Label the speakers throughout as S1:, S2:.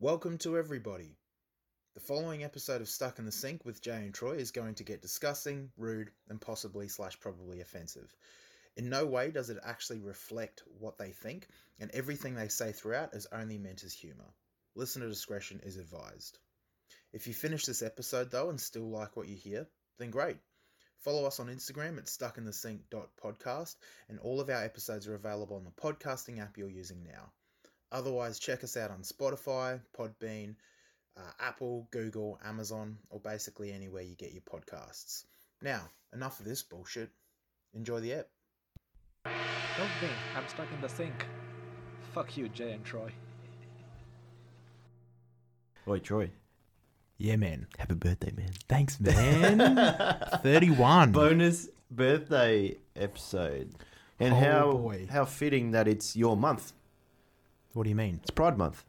S1: Welcome to everybody. The following episode of Stuck in the Sink with Jay and Troy is going to get disgusting, rude, and possibly slash probably offensive. In no way does it actually reflect what they think, and everything they say throughout is only meant as humour. Listener discretion is advised. If you finish this episode though and still like what you hear, then great. Follow us on Instagram at stuckinthesync.podcast, and all of our episodes are available on the podcasting app you're using now. Otherwise, check us out on Spotify, Podbean, uh, Apple, Google, Amazon, or basically anywhere you get your podcasts. Now, enough of this bullshit. Enjoy the app.
S2: Help me, I'm stuck in the sink. Fuck you, Jay and Troy.
S3: Oi, Troy.
S1: Yeah, man.
S3: Happy birthday, man.
S1: Thanks, man. 31.
S3: Bonus birthday episode. And
S1: Oh,
S3: how
S1: boy.
S3: how fitting that it's your month.
S1: What do you mean?
S3: It's Pride Month.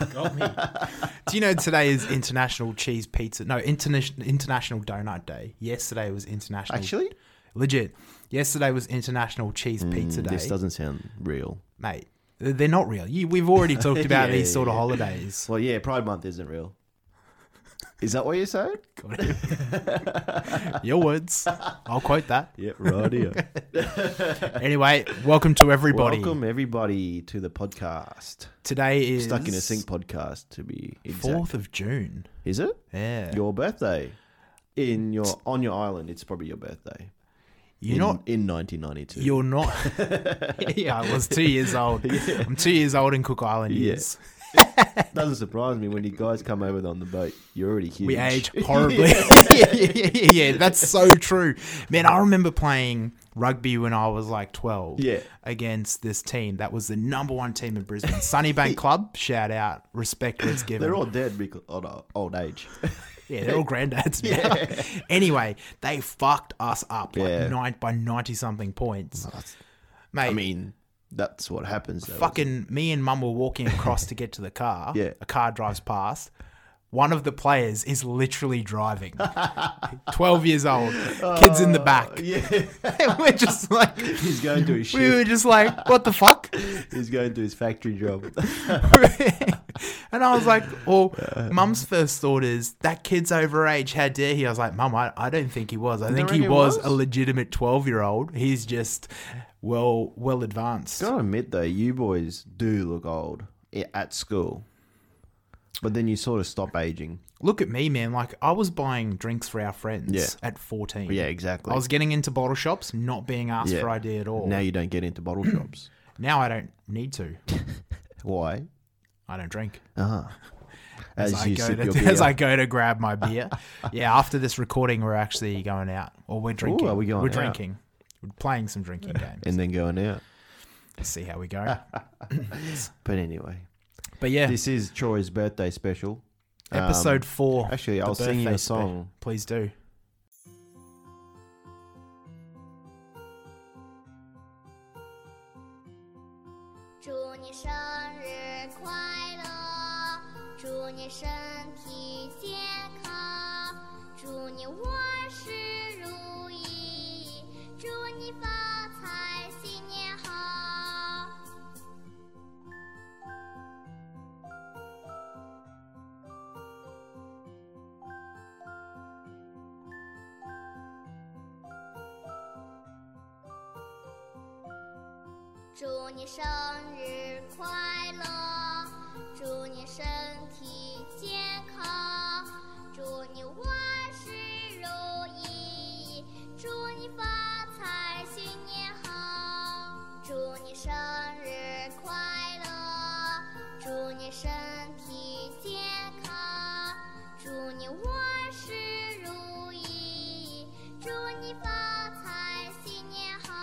S1: Do you know today is International Cheese Pizza? No, Interna- International Donut Day. Yesterday was International.
S3: Actually, Mm,
S1: Legit. Yesterday was International Cheese Pizza Day.
S3: this doesn't sound real.
S1: Mate, they're not real. You, we've already talked about
S3: Yeah,
S1: these sort of
S3: yeah.
S1: holidays.
S3: Well, yeah, Pride Month isn't real. Is that what you said?
S1: God. Your words. I'll quote that.
S3: Yep, right here.
S1: Anyway, welcome to everybody.
S3: Welcome everybody to the podcast.
S1: Today is
S3: Stuck in a Sink podcast to be exact.
S1: 4th of June.
S3: Is it?
S1: Yeah.
S3: Your birthday. In your on your island, it's probably your birthday.
S1: You're
S3: in,
S1: not
S3: in 1992.
S1: You're not. yeah, I was two years old. I'm two years old in Cook Island
S3: Yeah.
S1: years.
S3: Doesn't surprise me when you guys come over on the boat. You're already huge.
S1: We age horribly. yeah, yeah, yeah, yeah, yeah, that's so true. Man, I remember playing rugby when I was like 12
S3: Yeah.
S1: against this team. That was the number one team in Brisbane. Sunnybank Club, shout out. Respect was given.
S3: They're all dead because of old age.
S1: Yeah, they're all granddads now. anyway, they fucked us up like
S3: Yeah. Oh,
S1: nine, by 90 something points. Mate,
S3: I mean, that's what happens. Though,
S1: fucking me and mum were walking across to get to the car.
S3: Yeah.
S1: A car drives past. One of the players is literally driving. 12 years old. Kids in the back.
S3: Oh, Yeah,
S1: And we're just like,
S3: he's going to his
S1: we
S3: shift.
S1: were just like, what the fuck?
S3: He's going to his factory job.
S1: and I was like, well, mum's first thought is that kid's overage. How dare he? I was like, mum, I, I don't think he was. I think he
S3: reckon he
S1: was,
S3: was?
S1: a legitimate 12 year old. He's just well, well advanced.
S3: Gotta admit though, you boys do look old i- at school, but then you sort of stop aging.
S1: Look at me, man. Like, I was buying drinks for our friends
S3: Yeah.
S1: at 14.
S3: Yeah, exactly.
S1: I was getting into bottle shops, not being asked
S3: Yeah.
S1: for ID at all.
S3: Now
S1: Now,
S3: you don't get into bottle shops.
S1: I don't need to.
S3: Why?
S1: I don't drink.
S3: Ah, as,
S1: I
S3: you
S1: go
S3: sip
S1: to,
S3: your beer.
S1: As I go to grab my beer. yeah, after this recording, we're actually going out. Or we're drinking.
S3: are we going
S1: We're
S3: out?
S1: drinking. We're playing some drinking games.
S3: and then going out.
S1: to see how we go.
S3: But anyway,
S1: But yeah,
S3: this is Troy's birthday special. Um,
S1: episode four.
S3: actually,
S1: the
S3: I'll sing you
S1: birthday
S3: a
S1: spe-
S3: song.
S1: Please do.
S4: 祝你生日快乐，祝你身体健康，祝你万事如意，祝你发财，新年好。祝你生日快乐，祝你身体健康，祝你万事如意，祝你发财，新年好。祝你生日快乐，祝你身体健康，祝你万事如意，祝你发财，新年好。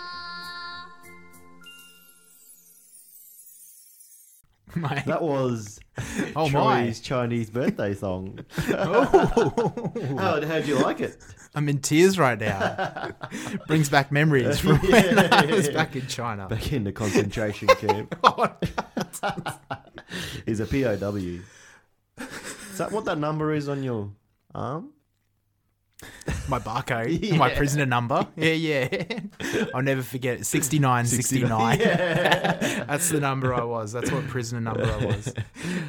S1: Mate.
S3: That was
S1: Oh, my.
S3: Troy's Chinese birthday song.
S1: Oh.
S3: how how'd you like it?
S1: I'm in tears right now. Brings back memories from when I was back in China.
S3: Back in the concentration camp.
S1: God.
S3: He's a POW. Is that what that number is on your arm?
S1: my barcode, my
S5: Yeah.
S1: prisoner number. Yeah, yeah. I'll never forget it. 69, 69. That's the number I was. That's what prisoner number I was.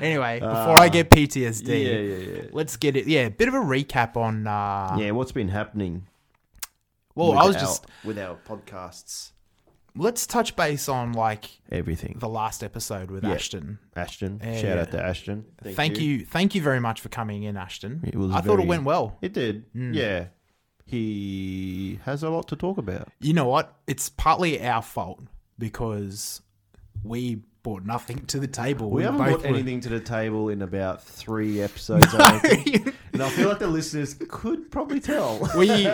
S1: Anyway, before I get PTSD,
S3: Uh, yeah, yeah, yeah.
S1: let's get it. Yeah, bit of a recap on. Uh,
S3: Yeah, what's been happening?
S1: well,
S3: with
S1: Oh, I was
S3: our-
S1: just.
S3: with our podcasts,
S1: Let's touch base on like
S3: everything.
S1: the last episode with
S3: Yeah.
S1: Ashton.
S3: Ashton,
S1: Yeah,
S3: shout
S1: yeah.
S3: out to Ashton.
S1: Thank, you. Thank you very much for coming in, Ashton.
S3: It was
S1: I thought it
S3: very-
S1: went well.
S3: It did.
S1: Mm.
S3: Yeah, he has a lot to talk about.
S1: you know what? It's partly our fault because we brought nothing to the table.
S3: We, haven't
S1: both
S3: brought
S1: were-
S3: anything to the table in about three episodes, I reckon. and I feel like the listeners could probably tell.
S1: we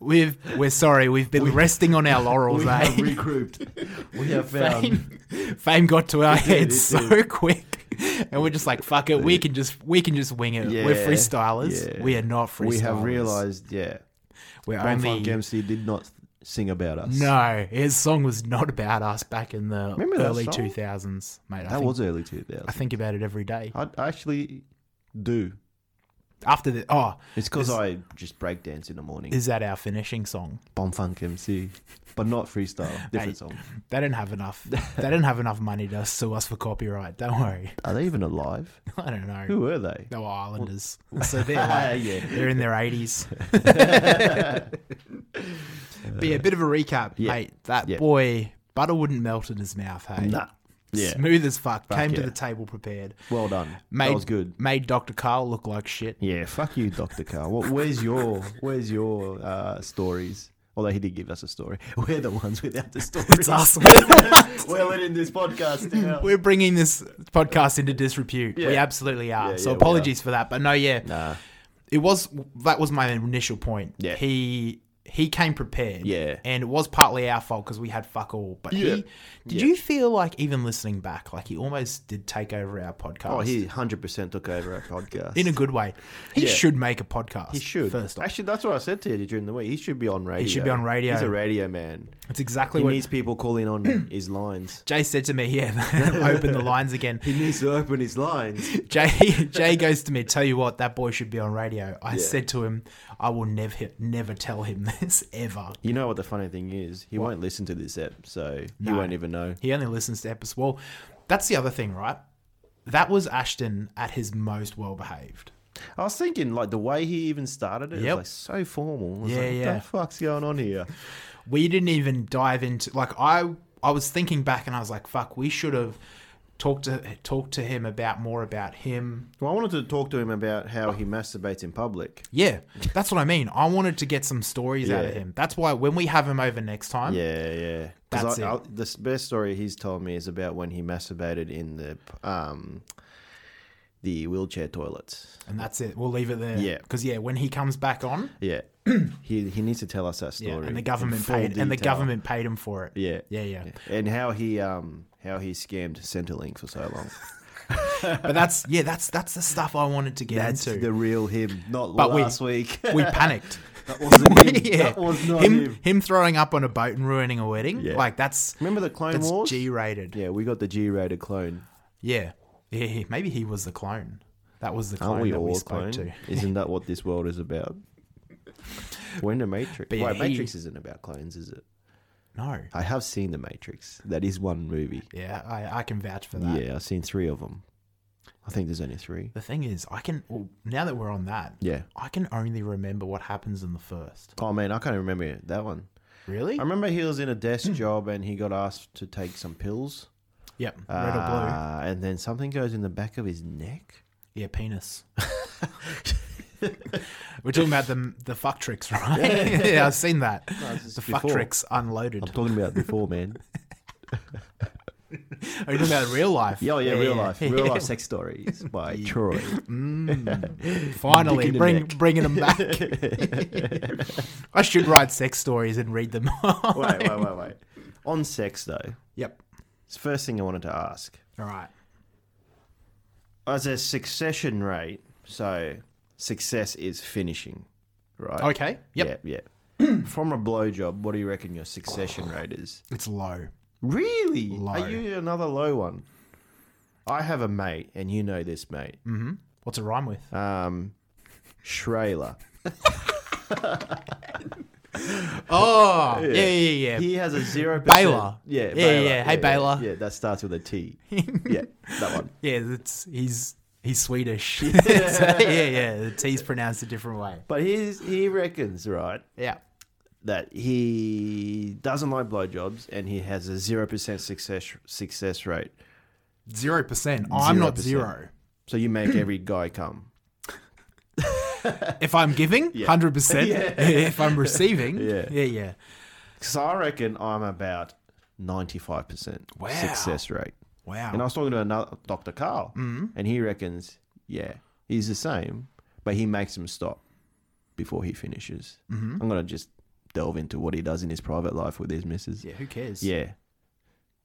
S1: we've we're sorry. We've been resting on our laurels.
S3: We have
S1: eh?
S3: regrouped. We have found.
S1: fame, fame got to our
S3: it
S1: heads so quick, and we're just like, "Fuck it, we can just we can just wing it. We're
S3: Yeah,
S1: freestylers.
S3: yeah.
S1: We are not freestylers.
S3: We have realized, yeah,
S1: we're
S3: Bonfire
S1: only."
S3: GMC did not sing about us.
S1: No, his song was not about us back in the
S3: Remember that
S1: early
S3: song?
S1: two thousands, mate. I
S3: that
S1: think,
S3: was early two
S1: I
S3: thousand.
S1: think about it every day.
S3: I actually do.
S1: After the oh,
S3: It's because
S1: Is-
S3: I just break dance in the morning.
S1: is that our finishing song?
S3: Bonfunk MC, but not freestyle. Different song.
S1: They don't have enough. they don't have enough money to sue us for copyright. Don't worry.
S3: Are they even alive?
S1: I don't know.
S3: Who were they?
S1: They were Islanders, so they're like,
S3: yeah.
S1: they're in their eighties. but yeah, a bit of a recap,
S3: yeah,
S1: mate. That
S3: yeah.
S1: boy butter wouldn't melt in his mouth. Hey,
S3: Nah. Yeah.
S1: smooth as fuck. Came to
S3: yeah.
S1: the table prepared.
S3: Well done.
S1: Made
S3: that was good.
S1: Made Doctor Carl look like shit.
S3: Yeah. Fuck you, Doctor Carl. What, where's your Where's your uh, stories? Although he did give us a story. We're the ones without the stories.
S1: It's us. We're the ones-
S3: We're letting this podcast down.
S1: We're bringing this podcast into disrepute. We
S3: Yeah.
S1: absolutely are.
S3: Yeah,
S1: so
S3: yeah, we
S1: apologies for that. But no, yeah.
S3: Nah.
S1: it was that was my initial point.
S3: Yeah.
S1: He he came prepared.
S3: Yeah.
S1: And it was partly our fault because we had fuck all. But
S3: Yeah.
S1: he did
S3: Yeah.
S1: you feel like even listening back, like he almost did take over our podcast.
S3: Oh, he 100% took over our podcast.
S1: in a good way. He
S3: Yeah.
S1: should make a podcast.
S3: He should.
S1: First off.
S3: Actually, that's what I said to you during the week. He should be on radio.
S1: should be on radio.
S3: He's a radio man.
S1: That's exactly
S3: He
S1: what
S3: needs people calling on his lines.
S1: Jay said to me, yeah, open the lines again.
S3: He needs to open his lines.
S1: Jay Jay goes to me, tell you what, that boy should be on radio. I said to him, I will never never tell him this ever.
S3: You know what the funny thing is? He won't listen to this app, so he
S1: No.
S3: won't even know.
S1: He only listens to episodes. Well, that's the other thing, right? That was Ashton at his most well behaved.
S3: I was thinking, like, the way he even started it,
S1: Yep.
S3: it was like so formal. I was
S1: Yeah,
S3: like,
S1: yeah.
S3: What the fuck's going on here?
S1: We didn't even dive into like I I was thinking back and I was like, fuck, we should have talked to talked to him about more about him.
S3: Well, I wanted to talk to him about how he masturbates in public.
S1: Yeah, that's what I mean. I wanted to get some stories out of
S3: Yeah.
S1: him. That's why when we have him over next time,
S3: Yeah, yeah. 'Cause
S1: That's
S3: I,
S1: it.
S3: I, the s- best story he's told me is about when he masturbated in the um, the wheelchair toilets.
S1: and that's it. We'll leave it there.
S3: Yeah.
S1: because yeah, when he comes back on,
S3: Yeah, he he needs to tell us that
S1: yeah,
S3: story.
S1: and the
S3: in
S1: government
S3: full
S1: paid and the
S3: detail.
S1: government paid him for it.
S3: Yeah.
S1: yeah, yeah.
S3: and how he um how he scammed Centrelink for so long.
S1: But that's yeah, that's that's the stuff I wanted to get
S3: That's
S1: into.
S3: the real him, not
S1: But we-
S3: last week.
S1: we panicked.
S3: that wasn't him.
S1: yeah.
S3: That was not
S1: him,
S3: him.
S1: throwing up on a boat and ruining a wedding.
S3: Yeah.
S1: Like that's
S3: Remember the Clone
S1: that's
S3: Wars?
S1: G rated. Yeah.
S3: yeah, we got the G-rated clone.
S1: yeah. he- Maybe he was the clone. That was the clone
S3: Aren't we
S1: that
S3: all
S1: we spoke
S3: clone?
S1: to.
S3: Isn't that what this world is about? We're in the Matrix.
S1: But yeah,
S3: Wait,
S1: he-
S3: Matrix isn't about clones, is it?
S1: No.
S3: I have seen The Matrix. That is one movie.
S1: Yeah, I, I can vouch for that.
S3: Yeah, I've seen three of them. I think there's only three.
S1: The thing is, I can well, now that we're on that,
S3: Yeah.
S1: I can only remember what happens in the first.
S3: Oh man, I can't remember that one.
S1: Really?
S3: I remember he was in a desk job and he got asked to take some pills.
S1: yep. Red or blue.
S3: Uh, and then something goes in the back of his neck.
S1: Yeah, penis. We're talking about the the fuck tricks, right? Yeah, I've seen that.
S3: this is
S1: the fuck
S3: before.
S1: tricks unloaded.
S3: I'm talking about before, man.
S1: Are you talking about real life?
S3: Yeah, oh, yeah, real life, real life sex stories by Troy.
S1: Mm. Finally,
S3: Dick in the
S1: bring
S3: neck.
S1: bringing them back. I should write sex stories and read them.
S3: Wait, wait, wait, wait. On sex though,
S1: yep.
S3: it's the first thing I wanted to ask.
S1: All right.
S3: As a succession rate, so success is finishing, right?
S1: Okay. Yep.
S3: Yeah, yeah. From a blowjob, what do you reckon your succession rate is?
S1: It's low.
S3: Really?
S1: Low.
S3: Are you another low one? I have a mate, and you know this mate, Uh,
S1: Mm. What's it rhyme with?
S3: um, Shrailer.
S1: Oh, yeah, yeah, yeah.
S3: He has a zero.
S1: Baylor.
S3: Yeah,
S1: Yeah, yeah. Hey, Baylor.
S3: Yeah, that starts with a T. yeah, that one.
S1: Yeah, that's he's he's Swedish. So, yeah, yeah. The T's pronounced a different way.
S3: But he's, he reckons, right,
S1: Yeah.
S3: that he doesn't like blowjobs and he has a 0% success success rate.
S1: Zero percent. I'm not
S3: 0%.
S1: zero.
S3: So you make every guy come.
S1: If I'm giving, hundred percent. If I'm receiving,
S3: Yeah.
S1: yeah, yeah, yeah.
S3: Because I reckon I'm about 95%
S1: Wow.
S3: success rate.
S1: Wow. Mm. Hmm.
S3: And I was talking to another Dr. Carl, and he reckons, yeah, he's the same, but he makes him stop before he finishes. Mm-hmm. I'm gonna just delve into what he does in his private life with his missus.
S1: yeah. Who cares?
S3: Yeah.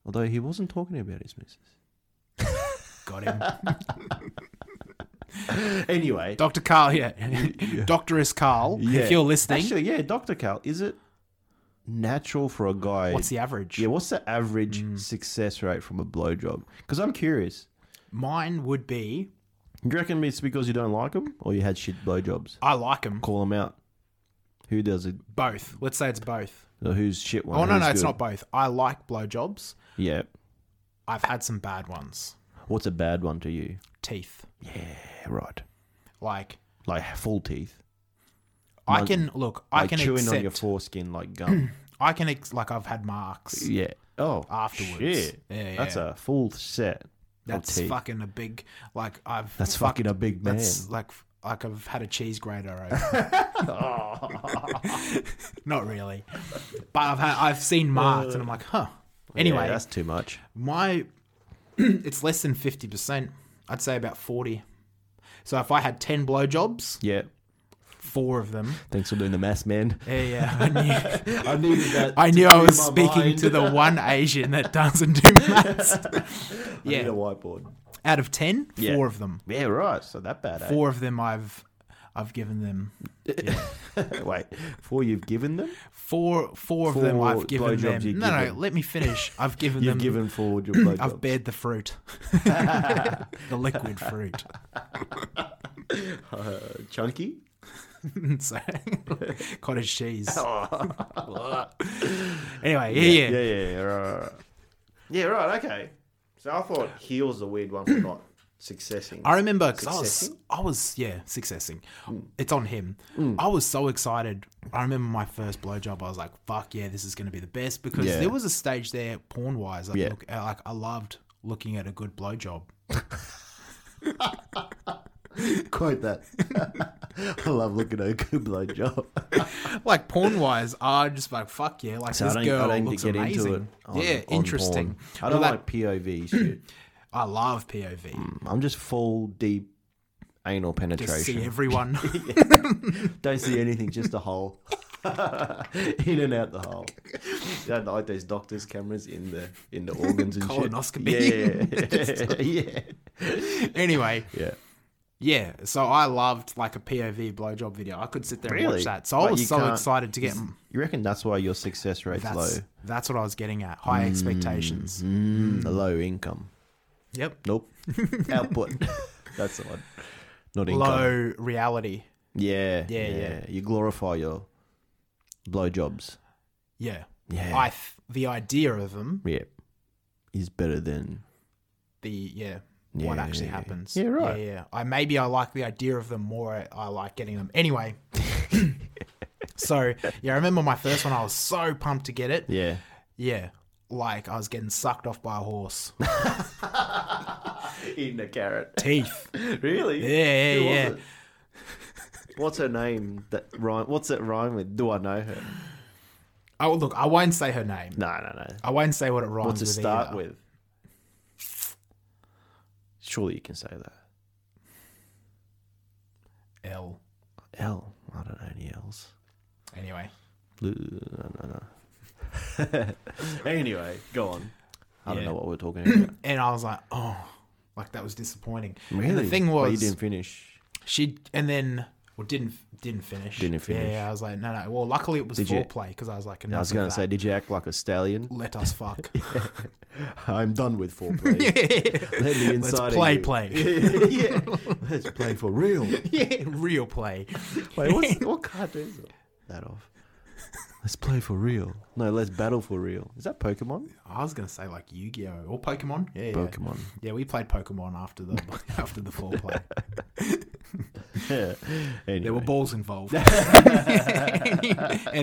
S3: Although he wasn't talking about his missus.
S1: Got him.
S3: Anyway,
S1: Dr. Carl, yeah. Doctoress Carl,
S3: yeah.
S1: if you're listening,
S3: actually, yeah, Dr. Carl, is it natural for a guy?
S1: what's the Mm. average?
S3: yeah, what's the average success rate from a blowjob? Because I'm curious.
S1: Mine would be
S3: Do you reckon it's because you don't like them, or you had shit blowjobs?
S1: I like them.
S3: Call them out. Who does it?
S1: Both. Let's say it's both.
S3: So who's shit one?
S1: Oh, no,
S3: who's
S1: no, it's
S3: good?
S1: not both. I like blowjobs.
S3: Yeah.
S1: I've had some bad ones.
S3: What's a bad one to you?
S1: Teeth.
S3: Yeah, right.
S1: Like,
S3: Like full teeth.
S1: I
S3: Like-
S1: can, look, I
S3: Like
S1: can
S3: chewing
S1: accept.
S3: on your foreskin like gum.
S1: I can, ex- like, I've had marks.
S3: yeah. Oh.
S1: Afterwards.
S3: Shit.
S1: Yeah,
S3: That's
S1: yeah.
S3: a full set. of
S1: That's
S3: teeth.
S1: fucking a big, like, I've.
S3: That's
S1: fucked-
S3: fucking a big man.
S1: That's like, like I've had a cheese grater over.
S3: Oh,
S1: Not really. But I've had, I've seen marks and I'm like, huh. Anyway,
S3: Yeah, that's too much.
S1: My, it's less than 50%. I'd say about 40. So if I had 10 blowjobs,
S3: Yeah.
S1: four of them.
S3: Thanks for doing the mass, man.
S1: Yeah, yeah. I knew,
S3: I needed that.
S1: I, knew I was speaking to the one Asian that doesn't do maths.
S3: yeah.
S1: yeah.
S3: whiteboard.
S1: Out of 10,
S3: Yeah.
S1: four of them.
S3: Yeah, right. So that bad. eh?
S1: Four of them I've. I've given them
S3: Wait, four you've given them?
S1: four. Four of
S3: Four
S1: them I've given
S3: blowjobs
S1: them.
S3: you've
S1: No, no,
S3: given.
S1: let me finish. I've given
S3: You've
S1: them.
S3: given four your blowjobs.
S1: I've bared the fruit, the liquid fruit.
S3: Chunky?
S1: so, cottage cheese.
S3: Oh,
S1: anyway, yeah, yeah.
S3: Yeah, yeah, yeah. Right, right, right. Yeah, right, okay. So I thought heel's a weird one for not successing.
S1: I remember because I was,
S3: Successing? Hmm.
S1: I was, yeah, successing. It's on him. I was so excited. I remember my first blowjob. I was like, "Fuck yeah, this is going to be the best." Because
S3: Yeah.
S1: there was a stage there, porn wise. Like,
S3: Yeah.
S1: look, uh, like I loved looking at a good blowjob.
S3: Quote that. I love looking at a good blowjob.
S1: like porn wise, I just like fuck yeah, like this girl looks amazing.
S3: on-
S1: yeah,
S3: on
S1: interesting.
S3: porn. I don't
S1: Well, that-
S3: like Hmm, POV shit.
S1: I love POV.
S3: I'm just full deep anal
S1: Just see
S3: penetration.
S1: everyone.
S3: don't see anything, just a hole. in and out the hole. I like those doctors' cameras in the in the organs and shit.
S1: Colonoscopy.
S3: Yeah, yeah,
S1: anyway,
S3: yeah.
S1: Yeah, so I loved like a POV blowjob video. I could sit there and
S3: Really?
S1: watch that. So
S3: But
S1: I
S3: you
S1: was so
S3: can't-
S1: excited to get.
S3: You reckon that's why your success rate's
S1: That's
S3: low? Mm-hmm.
S1: that's what I was getting at. High expectations. Mm.
S3: The low income.
S1: Yep.
S3: Nope. Output. That's the one. Not income.
S1: Low reality.
S3: Yeah,
S1: Yeah, yeah.
S3: You glorify your blowjobs.
S1: Yeah.
S3: Yeah.
S1: I th- the idea of them.
S3: Yeah. Is better than
S1: The yeah. What
S3: Yeah.
S1: actually happens.
S3: Yeah, right.
S1: Yeah, yeah. I maybe I like the idea of them more. I, I like getting them. Anyway. so yeah, I remember my first one. I was so pumped to get it.
S3: yeah.
S1: Yeah. Like I was getting sucked off by a horse.
S3: Eating a carrot.
S1: Teeth.
S3: really?
S1: Yeah, yeah,
S3: Who was
S1: yeah.
S3: it? What's her name? That rhyme. What's it rhyme with? Do I know her?
S1: Oh look, I won't say her name.
S3: No, no, no.
S1: I won't say what it rhymes
S3: What's it
S1: with.
S3: start
S1: either.
S3: with? Surely you can say that.
S1: L.
S3: L. I don't know any L's.
S1: Anyway,
S3: Blue. No, no, no. anyway, go on. I don't
S1: Yeah.
S3: know what we're talking about.
S1: and I was like, oh, like that was disappointing. And
S3: Really?
S1: the thing
S3: But
S1: was,
S3: you didn't finish.
S1: she and then Well, didn't didn't finish.
S3: Didn't
S1: Yeah,
S3: finish.
S1: Yeah, I was like, no, no. Well, luckily it was
S3: Did you-
S1: foreplay because I was like,
S3: I was going to say, did you act like a stallion?
S1: let us fuck.
S3: I'm done with foreplay. Let me
S1: Let's
S3: inside of
S1: play,
S3: you.
S1: play.
S3: yeah, let's play for real.
S1: yeah, real play.
S3: Wait, what's, what cartoon is it? that off? Let's play for real. No, let's battle for real. Is that Pokemon?
S1: I was gonna say like Yu-Gi-Oh or Pokemon. Yeah, yeah.
S3: Pokemon.
S1: Yeah, we played Pokemon after the after the foreplay.
S3: Yeah. Anyway.
S1: There were balls involved and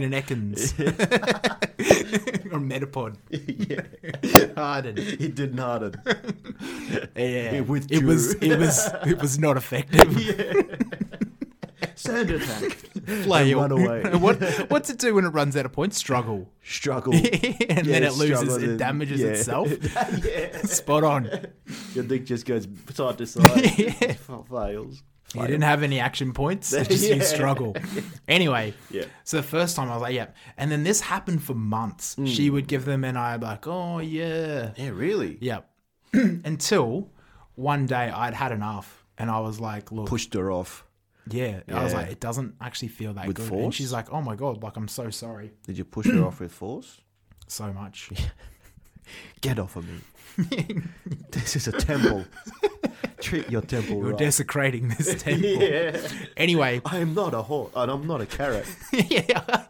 S1: an Ekans or Metapod.
S3: yeah.
S1: Harden.
S3: It didn't harden.
S1: Yeah,
S3: It withdrew.
S1: it was it was it was not effective.
S3: Sand attack.
S1: Play
S3: And run
S1: or-
S3: away.
S1: what what's it do when it runs out of points? Struggle,
S3: Struggle.
S1: and then
S3: Yeah,
S1: it loses.
S3: struggle
S1: It
S3: and-
S1: damages
S3: yeah.
S1: itself.
S3: yeah.
S1: Spot on.
S3: Your dick just goes side to side.
S1: Yeah.
S3: Fails.
S1: You didn't have any action points. It's just you
S3: Yeah.
S1: struggle. Anyway,
S3: Yeah.
S1: so the first time I was like, yep. And then this happened for months. She would give them, and I'd be like, oh, yeah.
S3: Yeah, really?
S1: Yep. Until one day I'd had enough. And I was like, look,
S3: Pushed her off.
S1: yeah. I was
S3: Yeah.
S1: like, it doesn't actually feel that
S3: With
S1: good. And
S3: force?
S1: she's like, oh my God, like, I'm so sorry.
S3: Did you push her off with force?
S1: So much.
S3: Get off of me. this is a temple. Treat your temple
S1: You're
S3: right.
S1: desecrating this temple.
S3: yeah.
S1: Anyway,
S3: I am not a horse, and I'm not a carrot.
S1: yeah.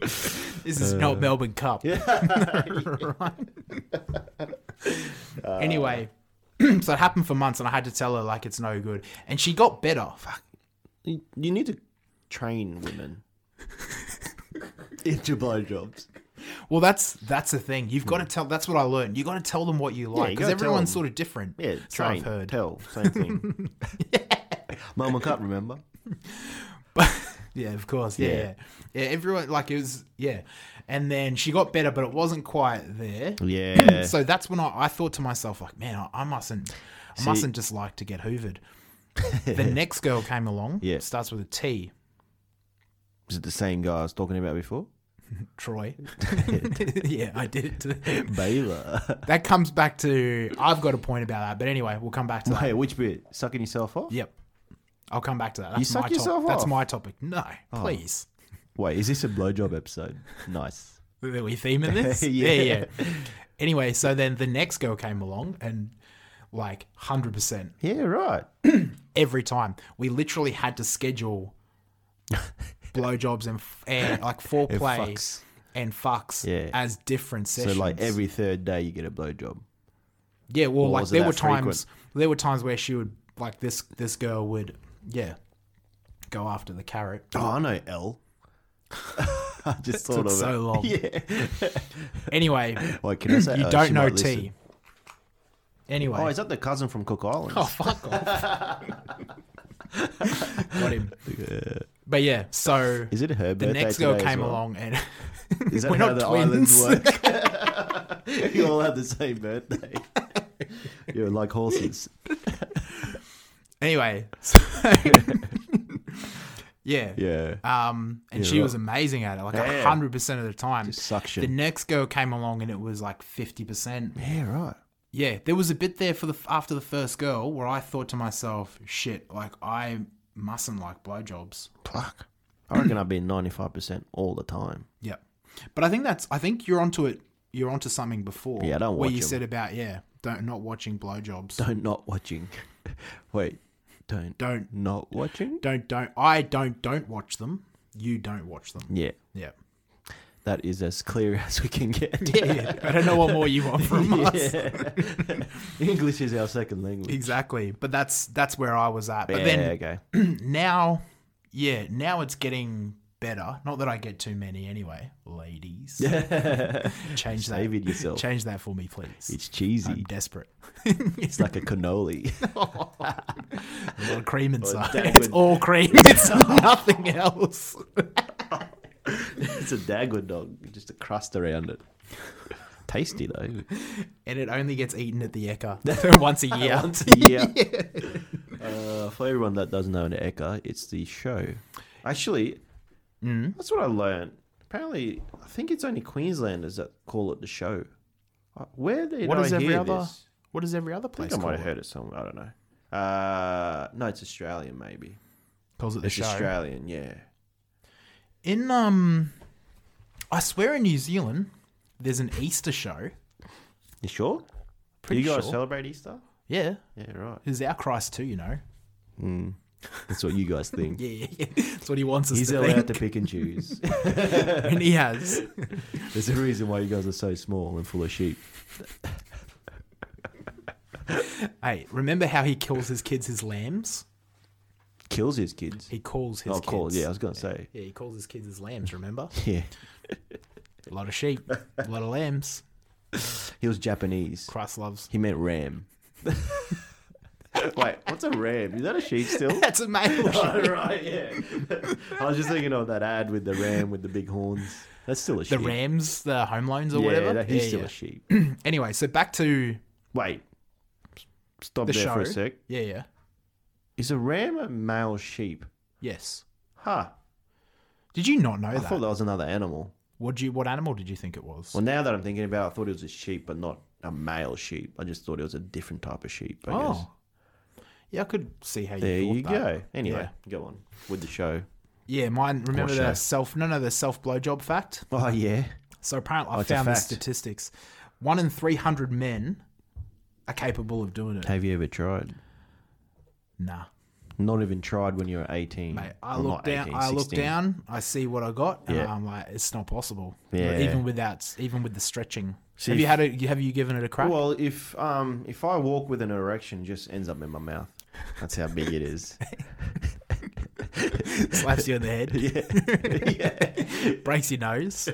S1: this is not
S3: Uh.
S1: Melbourne Cup. Right?
S3: Uh.
S1: anyway, so it happened for months, and I had to tell her like it's no good, and she got better. Fuck.
S3: You you need to train women into blowjobs.
S1: Well, that's that's the thing. You've got to tell. That's what I learned. You got to tell them what you like
S3: Hmm. you
S1: because
S3: gotta tell
S1: everyone's
S3: them.
S1: sort of different.
S3: Yeah,
S1: so I've
S3: train,
S1: heard.
S3: tell, same thing. Mum, I can't remember.
S1: yeah, of course. Yeah, yeah,
S3: Yeah.
S1: yeah. Everyone like it was. Yeah, and then she got better, but it wasn't quite there.
S3: Yeah.
S1: So that's when I, I thought to myself, like, man, I, I mustn't, I mustn't just like to get hoovered. the next girl came along.
S3: Yeah.
S1: starts with a T.
S3: Is it the same guy I was talking about before?
S1: Troy. yeah, I did it. To,
S3: Baylor.
S1: that comes back to I've got a point about that, but anyway, we'll come back to that.
S3: Hey, which bit? Sucking yourself off?
S1: Yep, I'll come back to that. That's
S3: suck
S1: my
S3: yourself
S1: top, That's
S3: off? Oh.
S1: my topic. No, please.
S3: Wait, is this a blowjob episode? Nice.
S1: Are we theming this?
S3: Yeah.
S1: yeah, yeah. Anyway, so then the next girl came along and like hundred percent
S3: Yeah, right.
S1: every time. We literally had to schedule blowjobs and, f- and like foreplay
S3: fucks.
S1: and fucks
S3: Yeah.
S1: as different
S3: So
S1: sessions.
S3: like every third day you get a blowjob.
S1: yeah, well, like
S3: was it
S1: there
S3: that
S1: were times there were times where she would like this this girl would yeah go after the carrot.
S3: Oh, I know L. I just thought
S1: took
S3: of
S1: so
S3: it.
S1: long.
S3: Yeah.
S1: Anyway,
S3: Wait, can I say?
S1: you
S3: oh,
S1: don't
S3: she
S1: know
S3: might
S1: T.
S3: listen.
S1: Anyway,
S3: Oh, is that the cousin from Cook Island?
S1: Oh, fuck off. Got him. But yeah, so
S3: Is it her
S1: the
S3: birthday
S1: next girl
S3: today as
S1: came
S3: well?
S1: along and
S3: Is that
S1: we're
S3: how
S1: not
S3: the
S1: twins.
S3: islands work? you all have the same birthday. You're like horses.
S1: anyway, so yeah.
S3: Yeah.
S1: Um, and
S3: Yeah,
S1: she
S3: right.
S1: was amazing at it, like
S3: Yeah.
S1: hundred percent of the time.
S3: Just suction.
S1: The next girl came along and it was like fifty percent.
S3: yeah, right.
S1: Yeah, there was a bit there for the after the first girl where I thought to myself, "Shit, like I mustn't like blowjobs."
S3: Pluck. I reckon I've been 95% all the time.
S1: Yeah, but I think that's I think you're onto it. You're onto something before.
S3: Yeah, don't
S1: where
S3: watch
S1: you
S3: 'em.
S1: said about yeah, don't not watching blowjobs. Don't
S3: Don't not watching. Wait. Don't.
S1: Don't.
S3: Not watching?
S1: don't don't I don't don't watch them. You don't watch them.
S3: Yeah.
S1: Yeah.
S3: That is as clear as we can get.
S1: Yeah, I don't know what more you want from us.
S3: English is our second language.
S1: Exactly, but that's that's where I was at. But
S3: yeah,
S1: then
S3: okay.
S1: now, yeah, now it's getting better. Not that I get too many anyway, ladies. change that.
S3: Save it yourself.
S1: Change that for me, please.
S3: It's
S1: I'm
S3: cheesy.
S1: desperate.
S3: It's like a cannoli.
S1: A lot of cream inside.
S3: dangling.
S1: It's all cream. It's nothing else.
S3: it's a Dagwood dog, just a crust around it. Tasty though.
S1: And it only gets eaten at the Ekka once a year.
S3: yeah. Uh, for everyone that doesn't know an Eka, it's the show. Actually, that's what I learned. Apparently, I think it's only Queenslanders that call it the show. Uh, Where did
S1: What
S3: I
S1: is every
S3: hear
S1: other?
S3: this?
S1: What is every other
S3: I
S1: place?
S3: think I might
S1: called?
S3: have heard it somewhere. I don't know. Uh, no, it's Australian maybe.
S1: calls it the
S3: It's
S1: show.
S3: Australian, yeah.
S1: In um, I swear in New Zealand, there's an Easter show.
S3: You sure?
S1: Pretty
S3: Do you guys
S1: sure.
S3: celebrate Easter?
S1: Yeah,
S3: Yeah, right.
S1: it's our Christ too, you know.
S3: That's what you guys think.
S1: Yeah, that's what he wants us
S3: He's
S1: to
S3: allowed
S1: think,
S3: to pick and choose.
S1: and he has.
S3: There's a reason why you guys are so small and full of sheep.
S1: Hey, remember how he kills his kids his lambs?
S3: Kills his kids.
S1: He calls his
S3: Oh,
S1: kids.
S3: cool. Yeah, I was gonna say.
S1: Yeah, he calls his kids his lambs. Remember?
S3: Yeah,
S1: A lot of sheep, a lot of lambs.
S3: he was Japanese.
S1: Christ loves.
S3: He meant ram. Wait, what's a ram? Is that a sheep still?
S1: That's a male.
S3: Oh, right, yeah. I was just thinking of that ad with the ram with the big horns. That's still
S1: the
S3: a sheep.
S1: Rams, the home loans or
S3: yeah,
S1: whatever.
S3: That, he's
S1: Yeah,
S3: still
S1: yeah.
S3: a sheep.
S1: Anyway, so back to
S3: Wait, S- stop
S1: the
S3: there
S1: show.
S3: for a sec.
S1: Yeah, yeah.
S3: Is a ram a male sheep?
S1: Yes.
S3: Huh.
S1: Did you not know
S3: I
S1: that?
S3: thought that was another animal.
S1: What do you? What animal did you think it was?
S3: Well, now that I'm thinking about, it, I thought it was a sheep, but not a male sheep. I just thought it was a different type of sheep. I guess.
S1: Oh. yeah, I could see how you.
S3: There
S1: thought
S3: you
S1: that.
S3: go. Anyway, go on with the show.
S1: Yeah, mine. Remember the
S3: show.
S1: self? No, no, the self blowjob fact.
S3: Oh yeah.
S1: So apparently, I
S3: Oh, it's a
S1: found the
S3: fact.
S1: statistics: one in three hundred men are capable of doing it.
S3: Have you ever tried?
S1: Nah,
S3: Not even tried when you were 18.
S1: mate. I
S3: Well,
S1: look
S3: not
S1: down.
S3: 18,
S1: I look
S3: 16.
S1: down. I see what I got, and
S3: Yeah.
S1: I'm like, it's not possible.
S3: Yeah.
S1: Even without, even with the stretching.
S3: See
S1: have you
S3: if-
S1: had it? Have you given it a crack?
S3: Well, if um if I walk with an erection, it just ends up in my mouth. That's how big it is.
S1: Slaps you in the head.
S3: yeah. yeah.
S1: breaks your nose.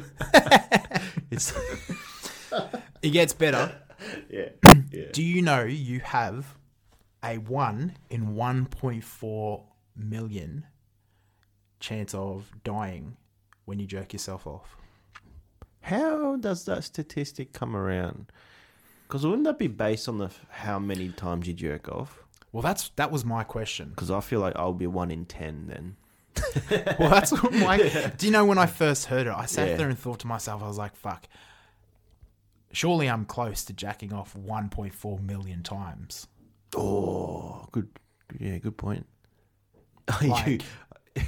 S3: It's
S1: It gets better.
S3: yeah. yeah.
S1: Do you know you have a 1 in 1.4 million chance of dying when you jerk yourself off?
S3: How does that statistic come around? Because wouldn't that be based on the f- how many times you jerk off?
S1: Well, that's that was my question.
S3: Because I feel like I'll be one in ten then.
S1: Well, that's what my. Do you know when I first heard it, I sat
S3: Yeah.
S1: there and thought to myself, I was like, "Fuck, surely I'm close to jacking off 1.4 million times."
S3: Oh, good. Yeah, good point. You-
S1: Like-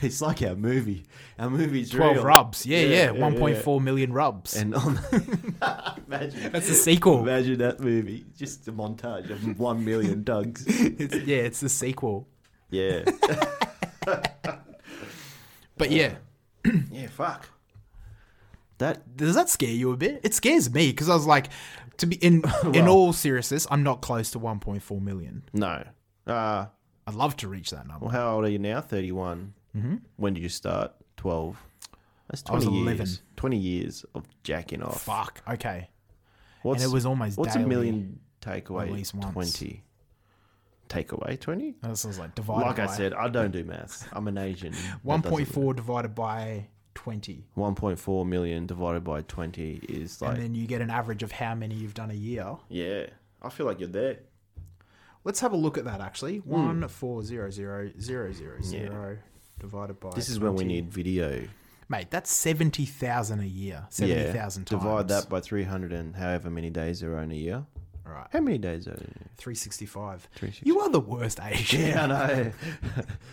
S3: it's like our movie. Our movie's
S1: 12
S3: real.
S1: rubs, yeah, yeah,
S3: yeah, yeah.
S1: 1.4 million rubs.
S3: And on, imagine
S1: that's the sequel.
S3: Imagine that movie. Just a montage of one million dugs.
S1: It's, yeah, it's the sequel.
S3: Yeah.
S1: But yeah,
S3: yeah, fuck. That
S1: does that scare you a bit? It scares me because I was like, to be in in
S3: Well-
S1: all seriousness, I'm not close to 1.4 million.
S3: no. Uh
S1: I'd love to reach that number.
S3: well how old are you now? Thirty Mm-hmm. When did you start? Twelve. That's
S1: I was
S3: twenty years.
S1: 11.
S3: Twenty years of jacking off.
S1: Fuck. Okay.
S3: What's,
S1: and it was almost
S3: what's
S1: daily,
S3: a million takeaway?
S1: at least once.
S3: Twenty. Takeaway twenty?
S1: That sounds like divided.
S3: Like I
S1: by-
S3: said, I don't do maths. I'm an Asian. That doesn't-
S1: 1.4 divided by 20,
S3: 1.4 million divided by 20 is like
S1: and then you get an average of how many you've done a year.
S3: yeah i feel like you're there
S1: Let's have a look at that actually.
S3: Hmm.
S1: One four zero zero zero zero zero divided by.
S3: this is when we
S1: 20.
S3: need video
S1: mate. That's seventy thousand a year. Seventy thousand times.
S3: divide that by 300 and however many days there are in a year
S1: All right.
S3: how many days are there in a year?
S1: 365.
S3: 365.
S1: You are the worst Asian.
S3: yeah i know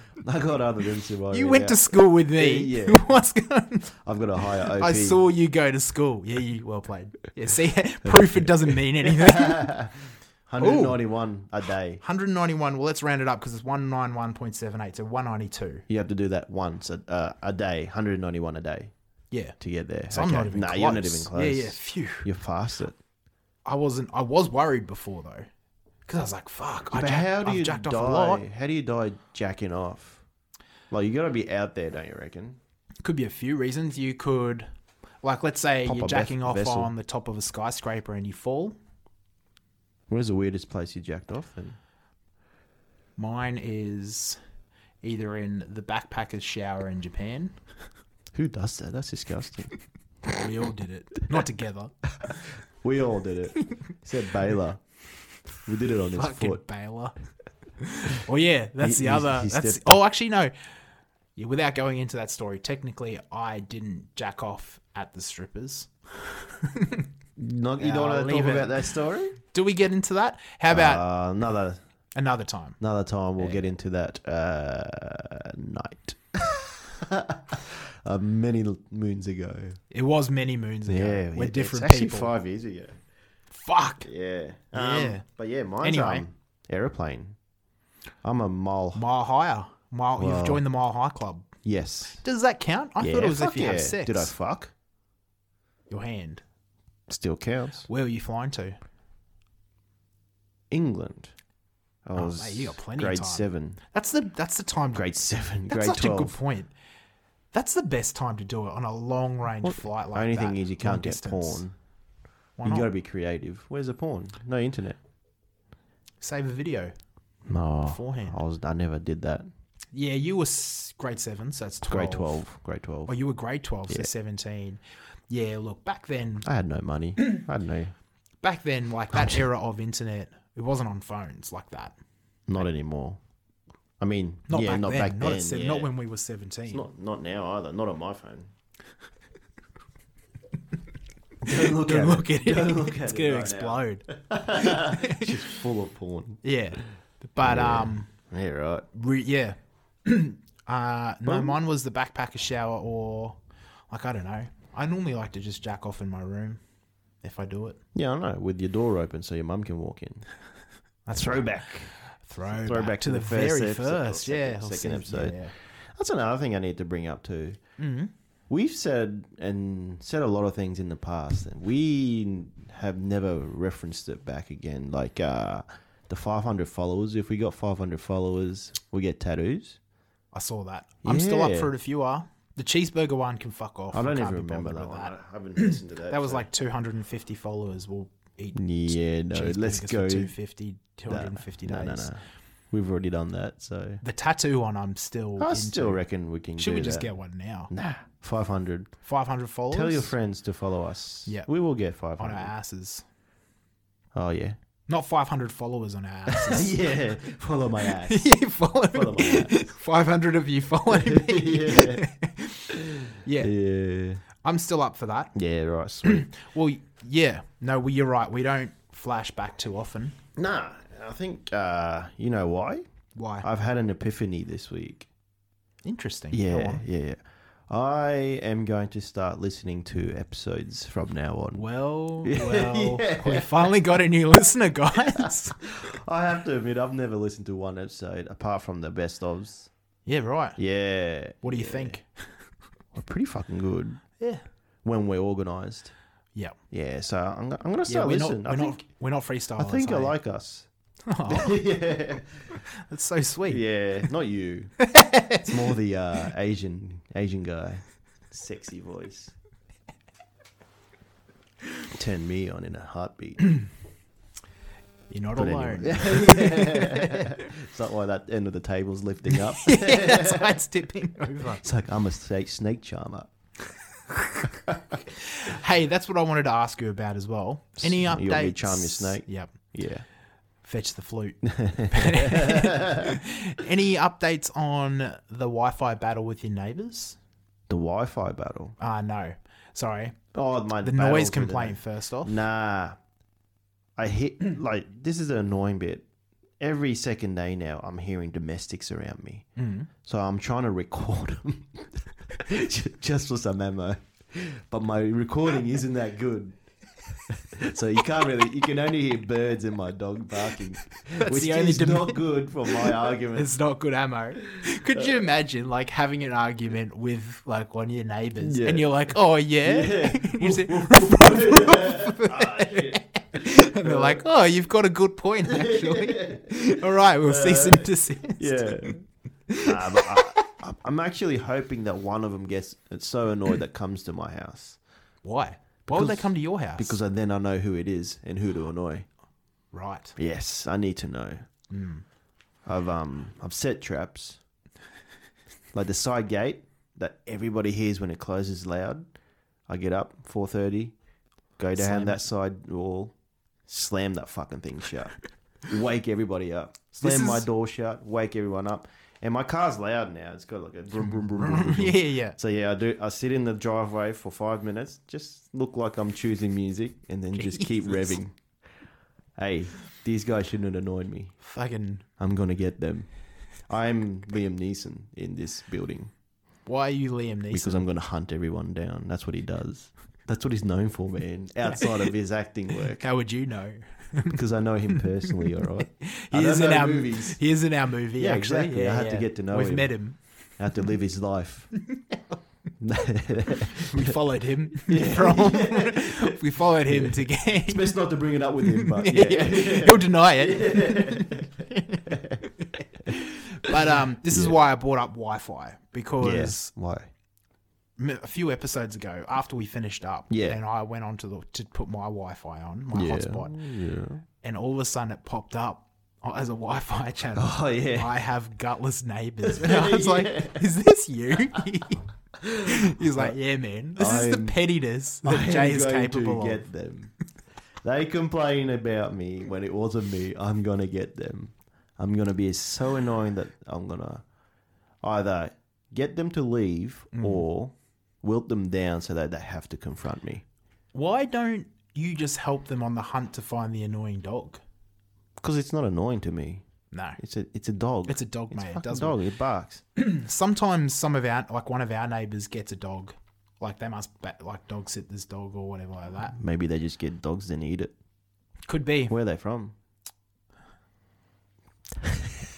S3: i got other than surviving
S1: You went to
S3: out.
S1: school with me.
S3: Yeah.
S1: What's going on?
S3: i've got a higher OP.
S1: I saw you go to school. Yeah, you well played. Yeah, see, proof it doesn't mean anything.
S3: 191 a day
S1: 191. Well, let's round it up because it's 191.78, so 192.
S3: you have to do that once a, uh, a day 191 a day
S1: Yeah.
S3: to get there
S1: So I'm not even
S3: nah,
S1: close.
S3: you're not even close
S1: Yeah, yeah. Phew.
S3: you're past it
S1: I wasn't. I was worried before though, because I was like, "Fuck." I
S3: But
S1: jack-
S3: how do
S1: I've
S3: you
S1: jacked
S3: die?
S1: off a lot.
S3: How do you die jacking off? Like you gotta be out there, don't you reckon?
S1: Could be a few reasons. You could, like, let's say
S3: Pop
S1: you're
S3: a
S1: jacking
S3: ves-
S1: off
S3: vessel.
S1: on the top of a skyscraper and you fall.
S3: Where's the weirdest place you jacked off? And
S1: Mine is either in the backpacker's shower in Japan.
S3: who does that? That's disgusting.
S1: We all did it. Not together.
S3: we all did it. Said Baylor. We did it on his
S1: Fucking
S3: foot.
S1: Baylor. Oh yeah, that's
S3: He-
S1: the
S3: he-
S1: other.
S3: he
S1: that's
S3: stepped
S1: oh, actually no. Yeah, without going into that story, technically I didn't jack off at the strippers.
S3: Not, you
S1: Yeah,
S3: don't
S1: I'll
S3: want to
S1: leave
S3: talk
S1: it.
S3: about that story?
S1: Do we get into that? How about
S3: Uh, another
S1: Another time.
S3: Another time we'll get into that uh, night. uh, many l- moons ago.
S1: It was many moons ago.
S3: Yeah,
S1: We're
S3: it-
S1: different
S3: it's actually
S1: people.
S3: Five years ago.
S1: Fuck.
S3: Yeah. Um,
S1: Yeah.
S3: But yeah, mine's
S1: Anyway.
S3: um, aeroplane. I'm a mole.
S1: Mile higher. Mile.
S3: Wow.
S1: You've joined the Mile High Club.
S3: yes.
S1: Does that count? I thought it was if
S3: fuck
S1: you
S3: yeah.
S1: have sex.
S3: Did I fuck?
S1: Your hand.
S3: Still counts.
S1: Where were you flying to?
S3: England. I
S1: Oh,
S3: was
S1: mate, you got plenty of
S3: grade
S1: time.
S3: seven.
S1: That's the that's the time.
S3: Grade seven.
S1: That's
S3: grade
S1: such
S3: twelve.
S1: a good point. That's the best time to do it on a long range
S3: What-
S1: flight like
S3: Only
S1: that.
S3: thing is you
S1: long
S3: can't get
S1: distance.
S3: porn.
S1: Why
S3: You
S1: not?
S3: got to be creative. Where's the porn? No internet.
S1: Save a video.
S3: No.
S1: Beforehand.
S3: I was. I never did that.
S1: Yeah, you were s- grade seven, so that's 12.
S3: Grade twelve. Grade twelve.
S1: Oh, you were grade 12, so
S3: Yeah.
S1: 17. Yeah, look, back then,
S3: I had no money. I had no.
S1: back then, like that era of internet, it wasn't on phones like that.
S3: Not anymore. I mean,
S1: Not
S3: yeah,
S1: back
S3: not
S1: then.
S3: back
S1: not,
S3: then.
S1: at seven,
S3: yeah.
S1: not when we were 17.
S3: Not not now either. Not on my phone.
S1: Don't look,
S3: at
S1: look
S3: it.
S1: at it.
S3: Don't look at
S1: it's
S3: it
S1: going
S3: right
S1: to explode.
S3: Just full of porn.
S1: Yeah. But, um,
S3: Yeah, right.
S1: re- yeah. uh, no, mine was the backpacker shower or, like, I don't know. I normally like to just jack off in my room if I do it.
S3: Yeah, I know. With your door open so your mum can walk in.
S1: That's
S3: Throwback.
S1: Throwback,
S3: Throwback
S1: to the,
S3: first
S1: very
S3: episode or
S1: first. yeah.
S3: second-
S1: or
S3: second
S1: seventh,
S3: episode.
S1: yeah.
S3: That's another thing I need to bring up too. We've said and said a lot of things in the past, and we have never referenced it back again. Like uh, the 500 followers. If we got 500 followers, we get tattoos.
S1: I saw that. I'm still up
S3: Yeah.
S1: for it if you are. The cheeseburger one can fuck off.
S3: I don't
S1: can't
S3: even
S1: be
S3: remember
S1: bothered
S3: that
S1: with
S3: one. I haven't listened to that.
S1: That was
S3: so-
S1: like 250 followers will eat.
S3: yeah, no.
S1: cheeseburgers
S3: Let's
S1: for
S3: go.
S1: 250, 250
S3: No,
S1: days.
S3: no, no. We've already done that, so
S1: The tattoo one, I'm still.
S3: I
S1: into.
S3: still reckon we can.
S1: Should
S3: do
S1: we just
S3: that.
S1: get one now?
S3: Nah, five hundred.
S1: 500 followers.
S3: Tell your friends to follow us.
S1: Yeah.
S3: we will get five
S1: on our
S3: hundred.
S1: asses.
S3: Oh yeah,
S1: Not 500 followers on our asses.
S3: yeah. Follow my ass.
S1: yeah, follow,
S3: Follow my
S1: me. 500 of you follow me.
S3: yeah.
S1: yeah.
S3: yeah,
S1: I'm still up for that.
S3: yeah. Right, sweet.
S1: Well, yeah. No, well, you're right. We don't flash back too often.
S3: nah, I think uh, you know why.
S1: Why?
S3: I've had an epiphany this week.
S1: Interesting. Go
S3: Yeah,
S1: on.
S3: yeah, yeah. I am going to start listening to episodes from now on.
S1: Well, well, we finally got a new listener, guys.
S3: I have to admit, I've never listened to one episode apart from the best ofs.
S1: yeah, right.
S3: Yeah,
S1: What do you think?
S3: We're pretty fucking good
S1: Yeah.
S3: when we're organised.
S1: Yeah.
S3: Yeah, so I'm, I'm gonna
S1: Yeah,
S3: start
S1: we're
S3: listening.
S1: not, we're,
S3: I think
S1: not, we're not freestylers.
S3: I think I
S1: eh?
S3: like us.
S1: Oh,
S3: yeah,
S1: that's so sweet.
S3: yeah, not you. it's more the uh, Asian Asian guy, sexy voice. Turn me on in a heartbeat.
S1: You're not
S3: But
S1: alone.
S3: anyway. It's not why that end of the table's lifting up.
S1: that's why it's tipping over.
S3: it's like I'm a snake, snake charmer.
S1: Hey, that's what I wanted to ask you about as well. Any
S3: You
S1: updates?
S3: want me to charm your snake?
S1: Yep.
S3: Yeah.
S1: Fetch the flute. Any updates on the Wi-Fi battle with your neighbours?
S3: The Wi-Fi battle.
S1: Ah, no. Sorry.
S3: Oh, my
S1: The
S3: battle
S1: noise
S3: for the
S1: complaint
S3: night.
S1: first off.
S3: Nah, I hit like this is the annoying bit. Every second day now, I'm hearing domestics around me,
S1: Mm.
S3: so I'm trying to record them Ju- just for some ammo. But my recording isn't that good. So you can't really, you can only hear birds and my dog barking, which
S1: the only
S3: is
S1: dom-
S3: not good for my argument.
S1: It's not good ammo. Could you imagine like having an argument with like one of your neighbors
S3: Yeah.
S1: and you're like, oh yeah,
S3: Yeah.
S1: You say,
S3: Ah, shit.
S1: and they're like, oh, you've got a good point actually. All right, we'll cease
S3: Uh,
S1: and desist.
S3: Yeah. Nah, but I, I- I'm actually hoping that one of them gets so annoyed that comes to my house
S1: Why? Why would they
S3: Because-
S1: come to your house?
S3: because I, then I know who it is and who to annoy.
S1: right.
S3: Yes, I need to know.
S1: Hmm.
S3: I've um I've set traps, like the side gate that everybody hears when it closes loud. I get up four thirty, go down
S1: Slam
S3: that
S1: it.
S3: side wall, slam that fucking thing shut, wake everybody up, slam
S1: This
S3: my
S1: is-
S3: door shut, wake everyone up. And my car's loud now. It's got like a vroom, vroom, vroom, vroom, vroom,
S1: yeah,
S3: vroom.
S1: yeah, yeah.
S3: So yeah, I do. I sit in the driveway for five minutes, just look like I'm choosing music, and then just keep revving. Hey, These guys shouldn't have annoyed me.
S1: Fucking.
S3: I'm gonna get them. I'm Liam Neeson in this building
S1: Why are you Liam Neeson?
S3: because I'm gonna hunt everyone down. That's what he does. That's what he's known for, man. Outside of his acting work,
S1: How would you know?
S3: because I know him personally. All right, I
S1: He
S3: don't
S1: is in
S3: know
S1: our
S3: movies.
S1: He is in our movie.
S3: Yeah,
S1: actually.
S3: exactly. I had to get to know
S1: We've
S3: him.
S1: met him.
S3: How to live his life.
S1: We followed him from. we followed him to get.
S3: Best not to bring it up with him, but
S1: Yeah.
S3: yeah.
S1: He'll deny it. but um, this is why I brought up Wi-Fi because
S3: Why?
S1: m- a few episodes ago, after we finished up,
S3: Yeah.
S1: and I went on to the, to put my Wi-Fi on my
S3: Yeah.
S1: hotspot,
S3: Yeah.
S1: and all of a sudden it popped up as a Wi-Fi channel.
S3: Oh yeah.
S1: I have gutless neighbors. And I was like, is this you? He's like, yeah, man. This is the
S3: I'm-
S1: pettiness
S3: I
S1: that
S3: am
S1: Jay is
S3: going
S1: capable
S3: to
S1: of.
S3: get them. They complain about me when it wasn't me. I'm gonna get them. I'm gonna be so annoying that I'm gonna either get them to leave or wilt them down so that they have to confront me.
S1: Why don't you just help them on the hunt to find the annoying dog?
S3: Because it's not annoying to me.
S1: No.
S3: It's a it's a dog.
S1: It's a dog, mate. It
S3: fucking
S1: does
S3: dog. It barks.
S1: Sometimes some of our, like one of our neighbors gets a dog. Like they must, ba- like dog sit this dog or whatever like that.
S3: Maybe they just get dogs and eat it.
S1: Could be
S3: Where are they from?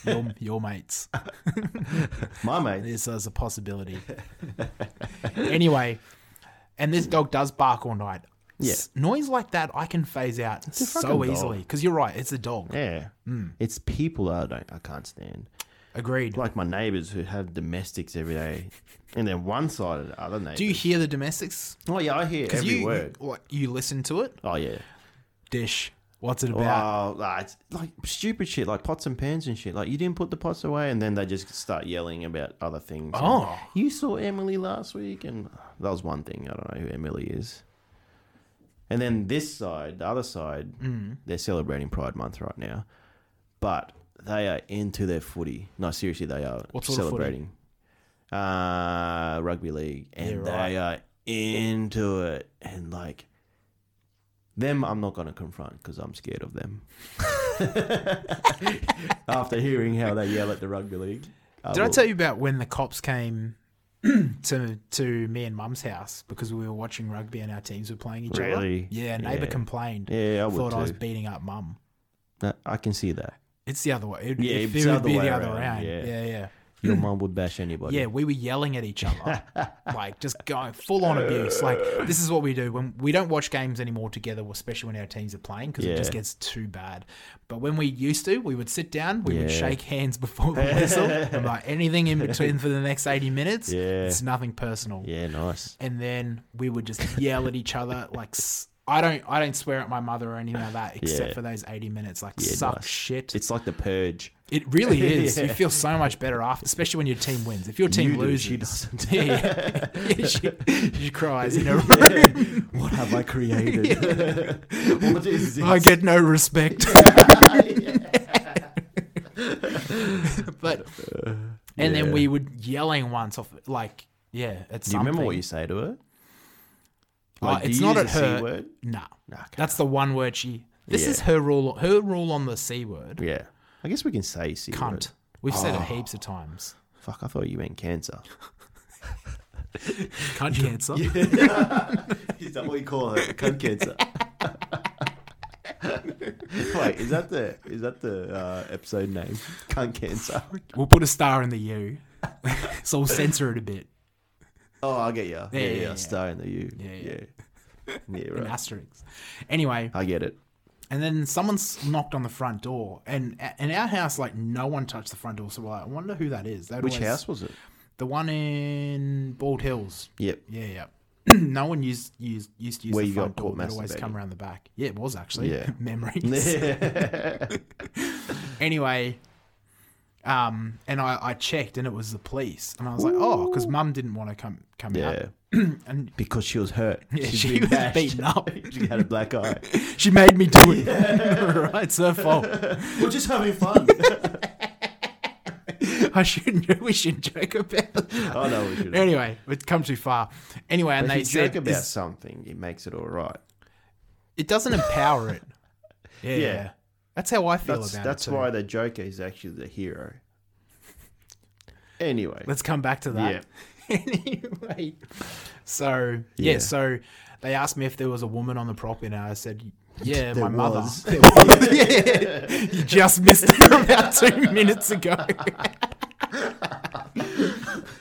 S1: your, your mates.
S3: My mate.
S1: This is a possibility. anyway, and this dog does bark all night.
S3: Yeah.
S1: S- noise like that I can phase out
S3: a
S1: so
S3: fucking dog.
S1: easily. Because you're right, it's a dog.
S3: Yeah.
S1: Mm.
S3: It's people that I don't I can't stand.
S1: Agreed.
S3: Like my neighbours who have domestics every day. And then one side of the other neighbour.
S1: Do you hear the domestics?
S3: oh yeah, I hear every
S1: you,
S3: word.
S1: What you listen to it?
S3: Oh yeah.
S1: Dish. What's it about?
S3: Wow, like, it's like stupid shit, like pots and pans and shit. Like you didn't put the pots away, and then they just start yelling about other things. And,
S1: Oh.
S3: you saw Emily last week, and that was one thing. I don't know who Emily is. And then this side, the other side,
S1: Mm.
S3: they're celebrating Pride Month right now, but they are into their footy. No, seriously, they are
S1: What sort of footy?
S3: celebrating uh, rugby league, and
S1: Yeah, right.
S3: they are into it, and like. Them, I'm not going to confront because I'm scared of them. After hearing how they yell at the rugby league,
S1: Did I tell you about when the cops came to to me and mum's house because we were watching rugby and our teams were playing each
S3: Really?
S1: other? Yeah, neighbour
S3: Yeah.
S1: complained.
S3: Yeah, I would
S1: thought I was
S3: too.
S1: beating up mum.
S3: That- I can see that.
S1: It's the other way. It,
S3: Yeah,
S1: it,
S3: it's
S1: it
S3: the
S1: would
S3: other
S1: be
S3: way
S1: the other
S3: around,
S1: round.
S3: yeah.
S1: yeah, yeah.
S3: Your mum would bash anybody.
S1: Yeah, we were yelling at each other, like just going full on abuse. Like this is what we do when we don't watch games anymore together, especially when our teams are playing, because
S3: Yeah.
S1: it just gets too bad. But when we used to, we would sit down, we would
S3: Yeah.
S1: shake hands before the whistle, and like anything in between for the next eighty minutes,
S3: Yeah.
S1: it's nothing personal.
S3: Yeah, nice.
S1: And then we would just yell at each other, like. s- I don't, I don't swear at my mother or anything like that, except
S3: Yeah.
S1: for those eighty minutes. Like,
S3: Yeah,
S1: suck
S3: nice.
S1: shit.
S3: It's like the purge.
S1: It really is.
S3: Yeah.
S1: You feel so much better after, especially when your team wins. If your team
S3: You do,
S1: loses,
S3: she doesn't.
S1: Yeah, yeah. she, she cries in her room.
S3: What have I created? what is this?
S1: I get no respect. but and then we would yelling once off like yeah, it's
S3: Do you remember what you
S1: something.
S3: say to her?
S1: Uh,
S3: Like, do
S1: it's
S3: you
S1: not
S3: use
S1: at
S3: a C
S1: her.
S3: word?
S1: Nah,
S3: Okay.
S1: that's the one word she. This
S3: Yeah.
S1: is her rule. Her rule on the c word.
S3: Yeah. I guess we can say C word.
S1: Cunt. We've said
S3: Oh.
S1: it heaps of times.
S3: Fuck, I thought you meant cancer.
S1: Cunt cancer.
S3: Is that what you call it? Cunt cancer. Wait, is that the is that the uh, episode name? Cunt cancer.
S1: We'll put a star in the U. so we'll censor it a bit.
S3: Oh, I get you. Yeah, yeah,
S1: yeah, yeah.
S3: Star in the U. Yeah, yeah,
S1: yeah.
S3: right.
S1: An asterisk. Anyway,
S3: I get it.
S1: and then someone's knocked on the front door, and in our house, like no one touched the front door, so we're like, I wonder who that is. They'd
S3: Which
S1: always-
S3: house was it?
S1: The one in Bald Hills.
S3: Yep.
S1: Yeah, yeah. no one used used used to use
S3: Where
S1: the
S3: you got
S1: front door.
S3: caught
S1: They'd always come
S3: masturbating.
S1: around the back. Yeah, it was actually
S3: Yeah.
S1: memories. anyway, um, and I, I checked, and it was the police, and I was like, oh, because Mum didn't want to come come
S3: yeah.
S1: out. And-
S3: because she was hurt.
S1: Yeah,
S3: She'd
S1: she
S3: been
S1: was
S3: bashed.
S1: beaten up.
S3: she had a black eye.
S1: She made me do it. right, it's her fault.
S3: We're just having fun.
S1: I shouldn't. We shouldn't joke about. It.
S3: oh no, we should. Anyway,
S1: Anyway, it's come too far. Anyway, and
S3: if
S1: they
S3: you joke
S1: said
S3: about
S1: "Is-
S3: something, it makes it all right.
S1: it doesn't empower it. Yeah,
S3: Yeah.
S6: That's how I feel
S3: That's,
S6: about
S3: that's
S6: it. too.
S3: why the Joker is actually the hero. Anyway,
S6: Let's come back to that. anyway, so yeah.
S3: Yeah.
S6: so they asked me if there was a woman on the prop, and I said, "Yeah,
S3: There
S6: my mother."
S3: was.
S6: There was. yeah, you just missed it about two minutes ago.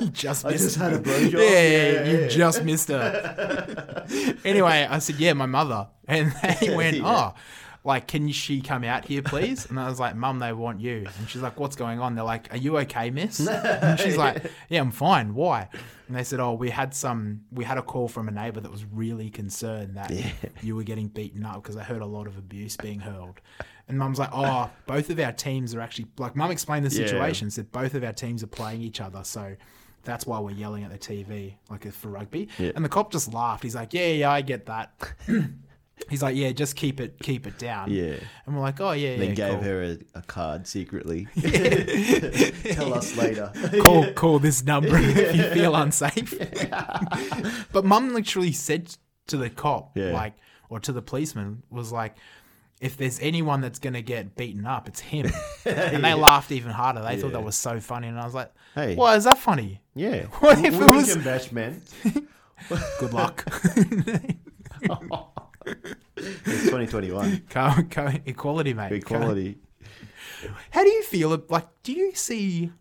S6: you just
S3: I
S6: missed
S3: just
S6: her.
S3: had a blowjob.
S6: Yeah, yeah,
S3: Yeah,
S6: you
S3: yeah.
S6: just missed her. anyway, I said, "Yeah, my mother," and they went,
S3: Yeah.
S6: "Oh." Like, can she come out here, please? And I was like, Mum, they want you. And she's like, What's going on? They're like, Are you okay, miss? And she's like, Yeah, I'm fine. Why? And they said, Oh, we had some, we had a call from a neighbor that was really concerned that you were getting beaten up because I heard a lot of abuse being hurled. And mum's like, Oh, both of our teams are actually, like, mum explained the
S3: Yeah.
S6: situation, said both of our teams are playing each other. So, that's why we're yelling at the TV, like it's for rugby.
S3: Yeah.
S6: And the cop just laughed. He's like, "Yeah, yeah, I get that." He's like, "Yeah, just keep it, keep it down."
S3: Yeah.
S6: And we're like, "Oh yeah,
S3: then
S6: yeah."
S3: gave
S6: cool.
S3: her a, a card secretly. Tell us later.
S6: call call this number if you feel unsafe. but mum literally said to the cop,
S3: Yeah.
S6: like, or to the policeman, was like, if there's anyone that's gonna get beaten up, it's him. and they laughed even harder. They thought that was so funny, and I was like,
S3: Hey.
S6: why is that funny?
S3: Yeah.
S6: What if
S3: We-
S6: it
S3: we
S6: was-
S3: can bash men?
S6: Good luck.
S3: It's 2021.
S6: co- co- equality, mate. Co-
S3: Equality.
S6: How do you feel? ab- Like, do you see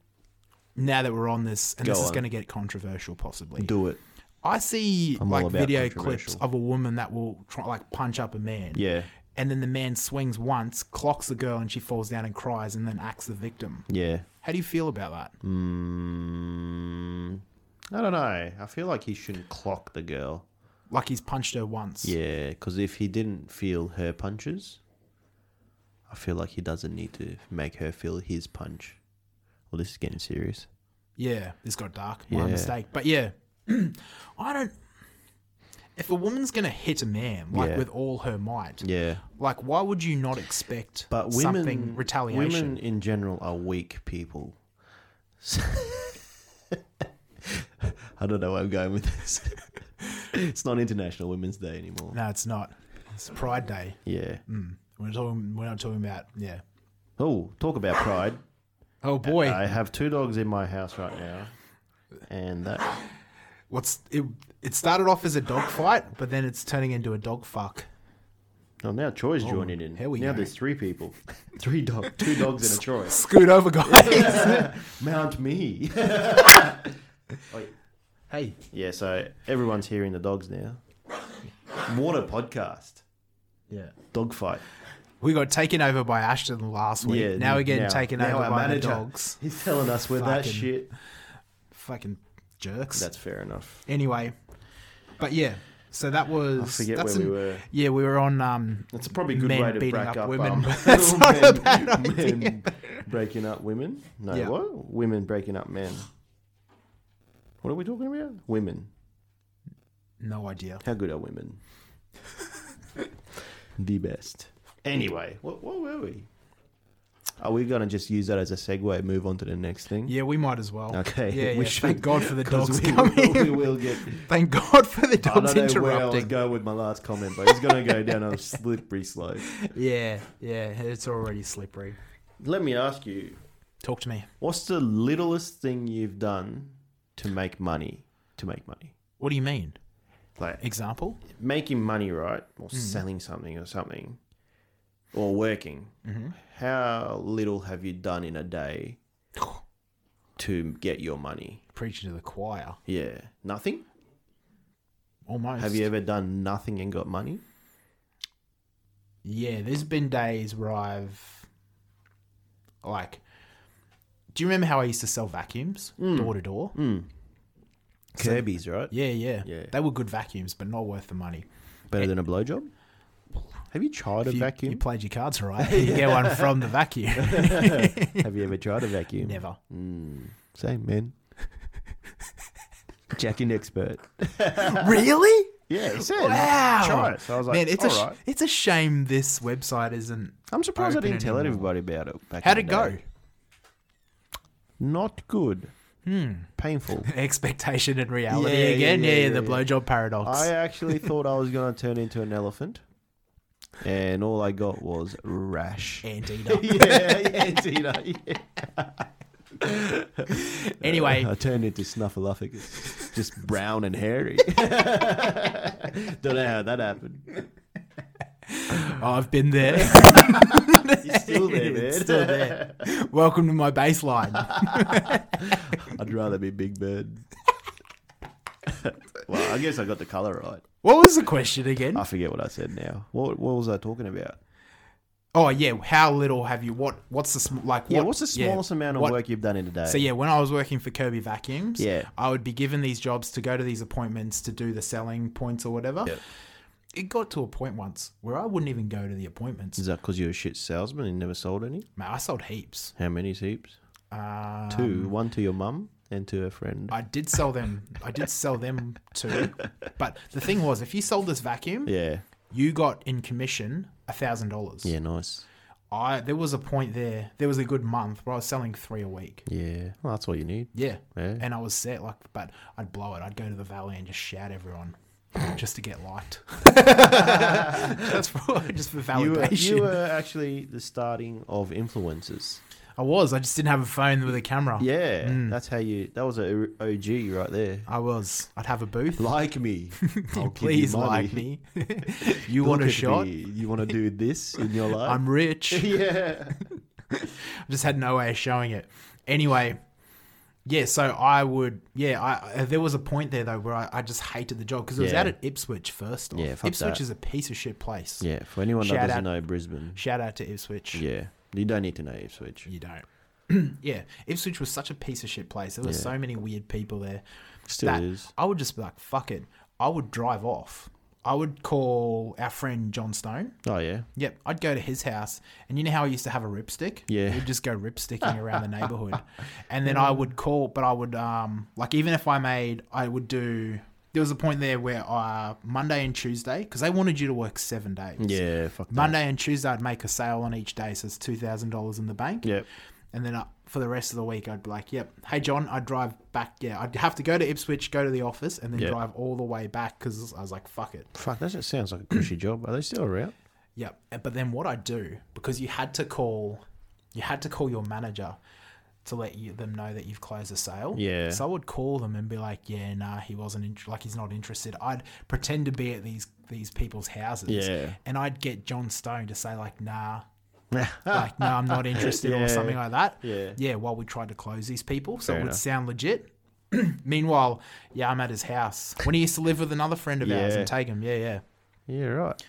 S6: now that we're on this, and
S3: Go
S6: this is
S3: on.
S6: going to get controversial, possibly?
S3: Do it.
S6: I see
S3: I'm all
S6: like
S3: about
S6: video clips
S3: controversial.
S6: of a woman that will try like punch up a man.
S3: Yeah.
S6: And then the man swings once, clocks the girl, and she falls down and cries, and then acts the victim.
S3: Yeah.
S6: How do you feel about that?
S3: Mm, I don't know. I feel like he shouldn't clock the girl.
S6: Like he's punched her once.
S3: Yeah, because if he didn't feel her punches, I feel like he doesn't need to make her feel his punch. Well, this is getting serious.
S6: Yeah, this got dark. My
S3: Yeah.
S6: mistake. But yeah, I don't. If a woman's gonna hit a man like
S3: Yeah.
S6: with all her might,
S3: Yeah,
S6: like why would you not expect
S3: but women,
S6: something retaliation?
S3: women in general are weak people. So- I don't know where I'm going with this. it's not International Women's Day anymore.
S6: No, Mm. it's not. It's Pride Day.
S3: Yeah.
S6: We're talking. We're not talking about. Yeah.
S3: Oh, talk about pride.
S6: Oh boy,
S3: I have two dogs in my house right now, and that
S6: what's it? It started off as a dog fight, but then it's turning into a dog fuck.
S3: oh, now Troy's joining in.
S6: here we
S3: now
S6: go.
S3: there's three people, three dogs, two dogs and a Troy.
S6: Scoot over, guys.
S3: Mount me.
S6: hey,
S3: yeah, so everyone's hearing the dogs now. Water podcast,
S6: yeah.
S3: dog fight.
S6: We got taken over by Ashton last week.
S3: Yeah,
S6: now we're getting taken
S3: now
S6: over
S3: our
S6: by
S3: manager,
S6: the dogs.
S3: He's telling us we're that
S6: Fucking-
S3: shit.
S6: Fucking jerks.
S3: That's fair enough.
S6: anyway, but yeah. So that was.
S3: forget
S6: that's
S3: where
S6: an-
S3: we were.
S6: Yeah, we were on. Um,
S3: That's probably a good
S6: Men
S3: way to
S6: beating
S3: break
S6: up
S3: up,
S6: women,
S3: Um,
S6: but that's not a bad
S3: men breaking up women. No,
S6: Yeah.
S3: what? Women breaking up men. What are we talking about? Women.
S6: no idea.
S3: How good are women? the best. Anyway, what, what were we? Are we gonna just use that as a segue? and Move on to the next thing.
S6: Yeah, we might as well.
S3: Okay.
S6: Yeah,
S3: We
S6: yeah. Thank
S3: should,
S6: God for the
S3: 'cause
S6: dogs
S3: we, will-
S6: coming.
S3: We will get.
S6: Thank God for the
S3: I
S6: dogs
S3: don't know where I was
S6: interrupting.
S3: going with my last comment, but it's gonna go down a slippery slope.
S6: Yeah, yeah, it's already slippery.
S3: Let me ask you:
S6: Talk to me.
S3: What's the littlest thing you've done to make money? To make money,
S6: What do you mean?
S3: like
S6: Example?
S3: making money, right, or
S6: Mm-hmm.
S3: selling something or something, or working,
S6: Mm-hmm.
S3: how little have you done in a day to get your money?
S6: Preaching to the choir.
S3: Yeah, nothing.
S6: Almost.
S3: Have you ever done nothing and got money?
S6: Yeah, there's been days where I've like do you remember how I used to sell vacuums
S3: Hmm.
S6: door to door?
S3: Kirby's, right?
S6: Yeah, yeah,
S3: Yeah.
S6: They were good vacuums, but not worth the money.
S3: Better than a blowjob. Have you tried a
S6: If you,
S3: vacuum?
S6: You played your cards right. You get one from the vacuum.
S3: have you ever tried a vacuum?
S6: Never.
S3: Same man. Jacking expert.
S6: really?
S3: Yeah, he said.
S6: Wow.
S3: Try it. So I was like,
S6: Man, it's a sh-
S3: all right.
S6: it's a shame this website isn't.
S3: I'm surprised I
S6: open
S3: didn't tell
S6: anymore.
S3: everybody about it. Back in
S6: How'd
S3: the
S6: it go?
S3: day. Not good.
S6: Hmm.
S3: Painful.
S6: Expectation and reality
S3: Yeah, yeah,
S6: again. Yeah,
S3: yeah, uh,
S6: yeah,
S3: yeah,
S6: the
S3: yeah.
S6: blowjob paradox.
S3: I actually thought I was going to turn into an elephant. and all I got was rash.
S6: And eater.
S3: yeah, yeah, Tina. Yeah.
S6: anyway,
S3: I turned into Snuffleupagus, just brown and hairy. Don't know how that happened.
S6: I've been there.
S3: You're still there, man.
S6: It's still there. Welcome to my baseline.
S3: I'd rather be Big Bird. well, I guess I got the color right.
S6: What was the question again?
S3: I forget what I said now. What what was I talking about?
S6: Oh yeah, how little have you? What what's the sm- like?
S3: Yeah,
S6: what-
S3: what's the
S6: yeah,
S3: smallest amount of
S6: what-
S3: work you've done in a day?
S6: So yeah, when I was working for Kirby Vacuums,
S3: Yeah.
S6: I would be given these jobs to go to these appointments to do the selling points or whatever. It got to a point once where I wouldn't even go to the appointments.
S3: Is that because you're a shit salesman and never sold any?
S6: Man, I sold heaps.
S3: How many heaps?
S6: Uh,
S3: Two. One to your mum and to her friend.
S6: I did sell them. I did sell them too. But the thing was, if you sold this vacuum,
S3: yeah.
S6: you got in commission a thousand dollars.
S3: Yeah, nice.
S6: I there was a point there. There was a good month where I was selling three a week.
S3: Yeah. Well, that's what you need.
S6: Yeah.
S3: Yeah.
S6: And I was set, like, but I'd blow it. I'd go to the valley and just shout everyone just to get liked. That's for, just for
S3: You were,
S6: validation.
S3: you were actually the starting of influencers. Mm.
S6: I was. I just didn't have a phone with a camera. Mm.
S3: Yeah, that's how you. That was a OG right there.
S6: I was. I'd have a booth.
S3: Like me, I'll give you
S6: Please
S3: money.
S6: like me. you
S3: Look
S6: want a
S3: at
S6: shot?
S3: me. You want to do this in your life?
S6: I'm rich.
S3: yeah.
S6: just had no way of showing it. Anyway, yeah, so I would, yeah, I, I there was a point there though where I, I just hated the job because it was
S3: Yeah.
S6: out at Ipswich first. Off.
S3: Yeah, fuck
S6: Ipswich
S3: that.
S6: is a piece of shit place.
S3: Yeah. For anyone that
S6: Shout
S3: doesn't
S6: out-
S3: know Brisbane,
S6: Shout out to Ipswich.
S3: yeah, you don't need to know Ipswich.
S6: You don't. yeah, Ipswich was such a piece of shit place. There were so many weird people there.
S3: Still
S6: that
S3: is.
S6: I would just be like, fuck it. I would drive off. I would call our friend John Stone.
S3: Oh yeah.
S6: Yep, I'd go to his house, and you know how I used to have a ripstick.
S3: Yeah.
S6: we'd just go ripsticking around the neighborhood, and then I would call, but I would um like even if I made, I would do. There was a point there where uh Monday and Tuesday because they wanted you to work seven days.
S3: Yeah. Fuck. that.
S6: Monday and Tuesday I'd make a sale on each day, so it's two thousand dollars in the bank.
S3: Yep.
S6: And then uh, for the rest of the week, I'd be like, "Yep, hey John, I'd drive back. Yeah, I'd have to go to Ipswich, go to the office, and then
S3: Yep.
S6: drive all the way back because I was like, fuck it.
S3: Fuck. That just sounds like a cushy job. Are they still around?
S6: Yep. And- But then what I do because you had to call, you had to call your manager to let you, them know that you've closed the sale.
S3: Yeah.
S6: So I would call them and be like, "Yeah, nah, he wasn't in- like he's not interested." I'd pretend to be at these these people's houses.
S3: Yeah.
S6: And I'd get John Stone to say like, "Nah." like no, I'm not interested,
S3: Yeah.
S6: or something like that.
S3: Yeah.
S6: yeah. While we tried to close these people, so
S3: Fair
S6: it would
S3: enough.
S6: sound legit. Meanwhile, yeah, I'm at his house when he used to live with another friend of ours
S3: Yeah.
S6: and take him. Yeah, yeah
S3: Yeah. Right.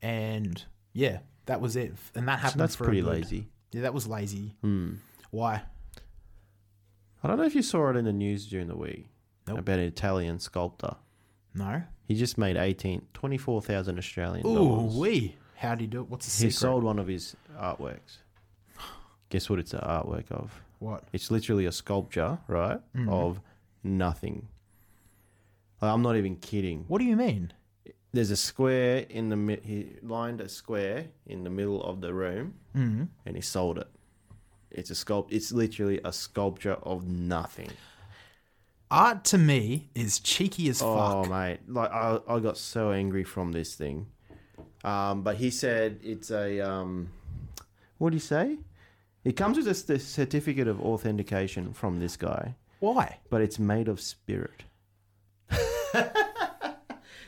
S6: and yeah, that was it. And that happened.
S3: that's
S6: for a
S3: pretty
S6: good-
S3: lazy. Hmm.
S6: Yeah, that was lazy. Why?
S3: I don't know if you saw it in the news during the week
S6: Nope.
S3: about an Italian sculptor.
S6: No.
S3: He just made 18, 24,000 Australian
S6: Ooh
S3: dollars.
S6: wee. How do you do it? What's the
S3: He
S6: secret?
S3: sold one of his artworks. Guess what it's an artwork of?
S6: what? Mm-hmm.
S3: It's literally a sculpture, right? Of nothing. Like, I'm not even kidding.
S6: What do you mean?
S3: There's a square in the mi- he lined a square in the middle of the room,
S6: Mm-hmm.
S3: mm and he sold it. It's a sculpt. It's literally a sculpture of nothing.
S6: Art to me is cheeky as
S3: Oh
S6: fuck.
S3: mate, like I, I got so angry from this thing. Um, but he said it's a um, what do you say? It comes with a, c- certificate of authentication from this guy,
S6: Why?
S3: but it's made of spirit.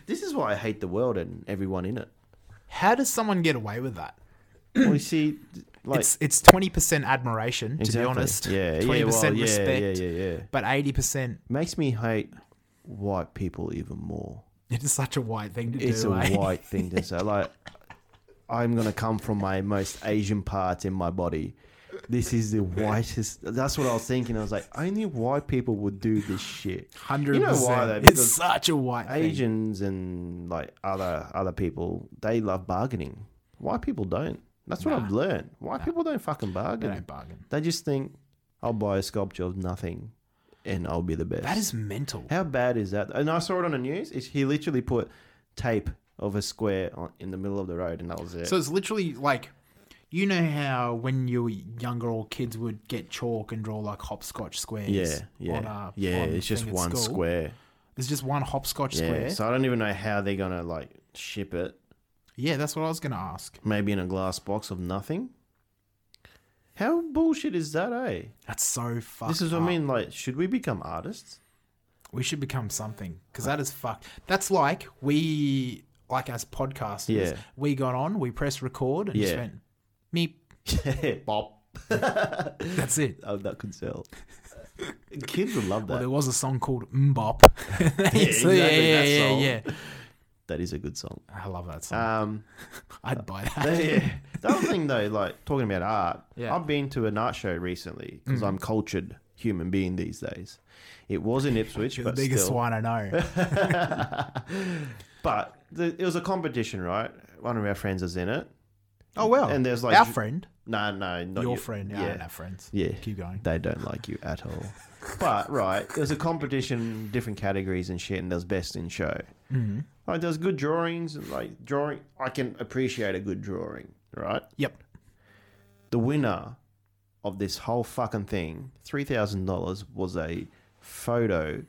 S3: this is why I hate the world and everyone in it.
S6: How does someone get away with that?
S3: Well, you see, th- like
S6: It's it's twenty percent admiration, to
S3: Exactly.
S6: be honest.
S3: yeah,
S6: twenty
S3: yeah, well,
S6: percent
S3: yeah,
S6: respect,
S3: yeah, yeah, yeah.
S6: but eighty percent.
S3: Makes me hate white people even more.
S6: It is such a white thing to
S3: it's
S6: do.
S3: a
S6: eh?
S3: white thing to say. Like, I'm gonna come from my most Asian parts in my body. This is the whitest. That's what I was thinking. I was like, only white people would do this shit.
S6: Hundred
S3: You know why though?
S6: percent. It's
S3: Because
S6: such a white thing.
S3: Asians and like other other people, they love bargaining. White people don't. That's what I've learned. White people don't fucking bargain.
S6: They don't bargain.
S3: They just think I'll buy a sculpture of nothing, and I'll be the best.
S6: That is mental.
S3: How bad is that? And I saw it on the news. It's, he literally put tape of a square on, in the middle of the road, and that was it.
S6: So it's literally like, you know how when you were younger or kids would get chalk and draw like hopscotch squares.
S3: yeah, yeah,
S6: on a-
S3: yeah.
S6: on
S3: It's just
S6: thing at
S3: one
S6: school?
S3: square.
S6: It's just one hopscotch
S3: Yeah.
S6: square.
S3: So I don't even know how they're gonna like ship it.
S6: Yeah, that's what I was going to ask.
S3: Maybe in a glass box of nothing. How bullshit is that, eh?
S6: That's so fucked.
S3: This is what I
S6: up.
S3: mean. Like, should we become artists?
S6: We should become something because that is fucked. That's like we, like as podcasters,
S3: Yeah.
S6: we got on, we press record, and just
S3: Yeah.
S6: went meep.
S3: Bob.
S6: That's it.
S3: Oh, that could sell. Kids would love
S6: Well,
S3: that.
S6: there was a song called Mbop.
S3: exactly, that song.
S6: yeah,
S3: that is a good song.
S6: I love that song.
S3: Um,
S6: I'd buy that.
S3: yeah. The other thing, though, like talking about art,
S6: Yeah. Mm.
S3: I've been to an art show recently because I'm cultured human being these days. It was in Ipswich,
S6: You're the
S3: but
S6: biggest
S3: still.
S6: one I know.
S3: But the, it was a competition, right? One of our friends is in it.
S6: Oh well.
S3: And there's like
S6: our
S3: ju-
S6: friend,
S3: No, no, not
S6: your
S3: you.
S6: friend. Yeah. I don't have friends.
S3: Yeah.
S6: Keep going.
S3: They don't like you at all. but right, there was a competition, different categories and shit, and there was best in show. Mm-hmm. Like there's good drawings, and like drawing. I can appreciate a good drawing, right?
S6: Yep.
S3: The winner of this whole fucking thing, three thousand dollars, was a photo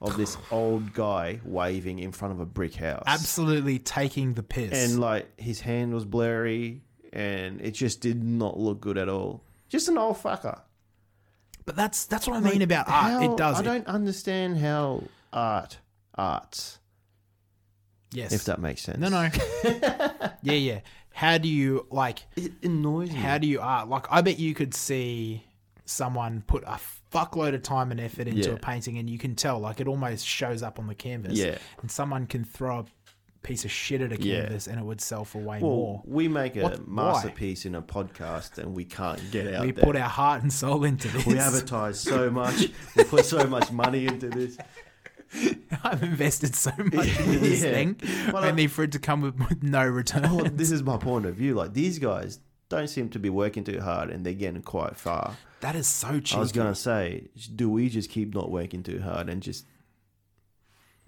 S3: of this old guy waving in front of a brick house.
S6: Absolutely taking the piss.
S3: And like his hand was blurry, and it just did not look good at all. Just an old fucker.
S6: but that's that's what I mean about art.
S3: How-
S6: It does.
S3: I
S6: it-
S3: don't understand how art, arts,
S6: yes.
S3: if that makes sense.
S6: no, no. yeah, yeah. How do you like?
S3: It annoys me.
S6: How do you art? Like, I bet you could see someone put a fuckload of time and effort into
S3: Yeah.
S6: a painting, and you can tell. Like, it almost shows up on the canvas.
S3: Yeah.
S6: And someone can throw a piece of shit at a
S3: Yeah.
S6: canvas, and it would sell for way
S3: well,
S6: more.
S3: we make a
S6: What- why?
S3: masterpiece in a podcast and we can't get out
S6: We
S3: there.
S6: put our heart and soul into this.
S3: we advertise so much. we put so much money into this.
S6: I've invested so much into this
S3: Yeah.
S6: thing,
S3: Well, I- Oh,
S6: only for it to come with, with no return.
S3: Well, this is my point of view. Like these guys don't seem to be working too hard and they're getting quite far.
S6: that is so cheap.
S3: I was gonna say, do we just keep not working too hard and just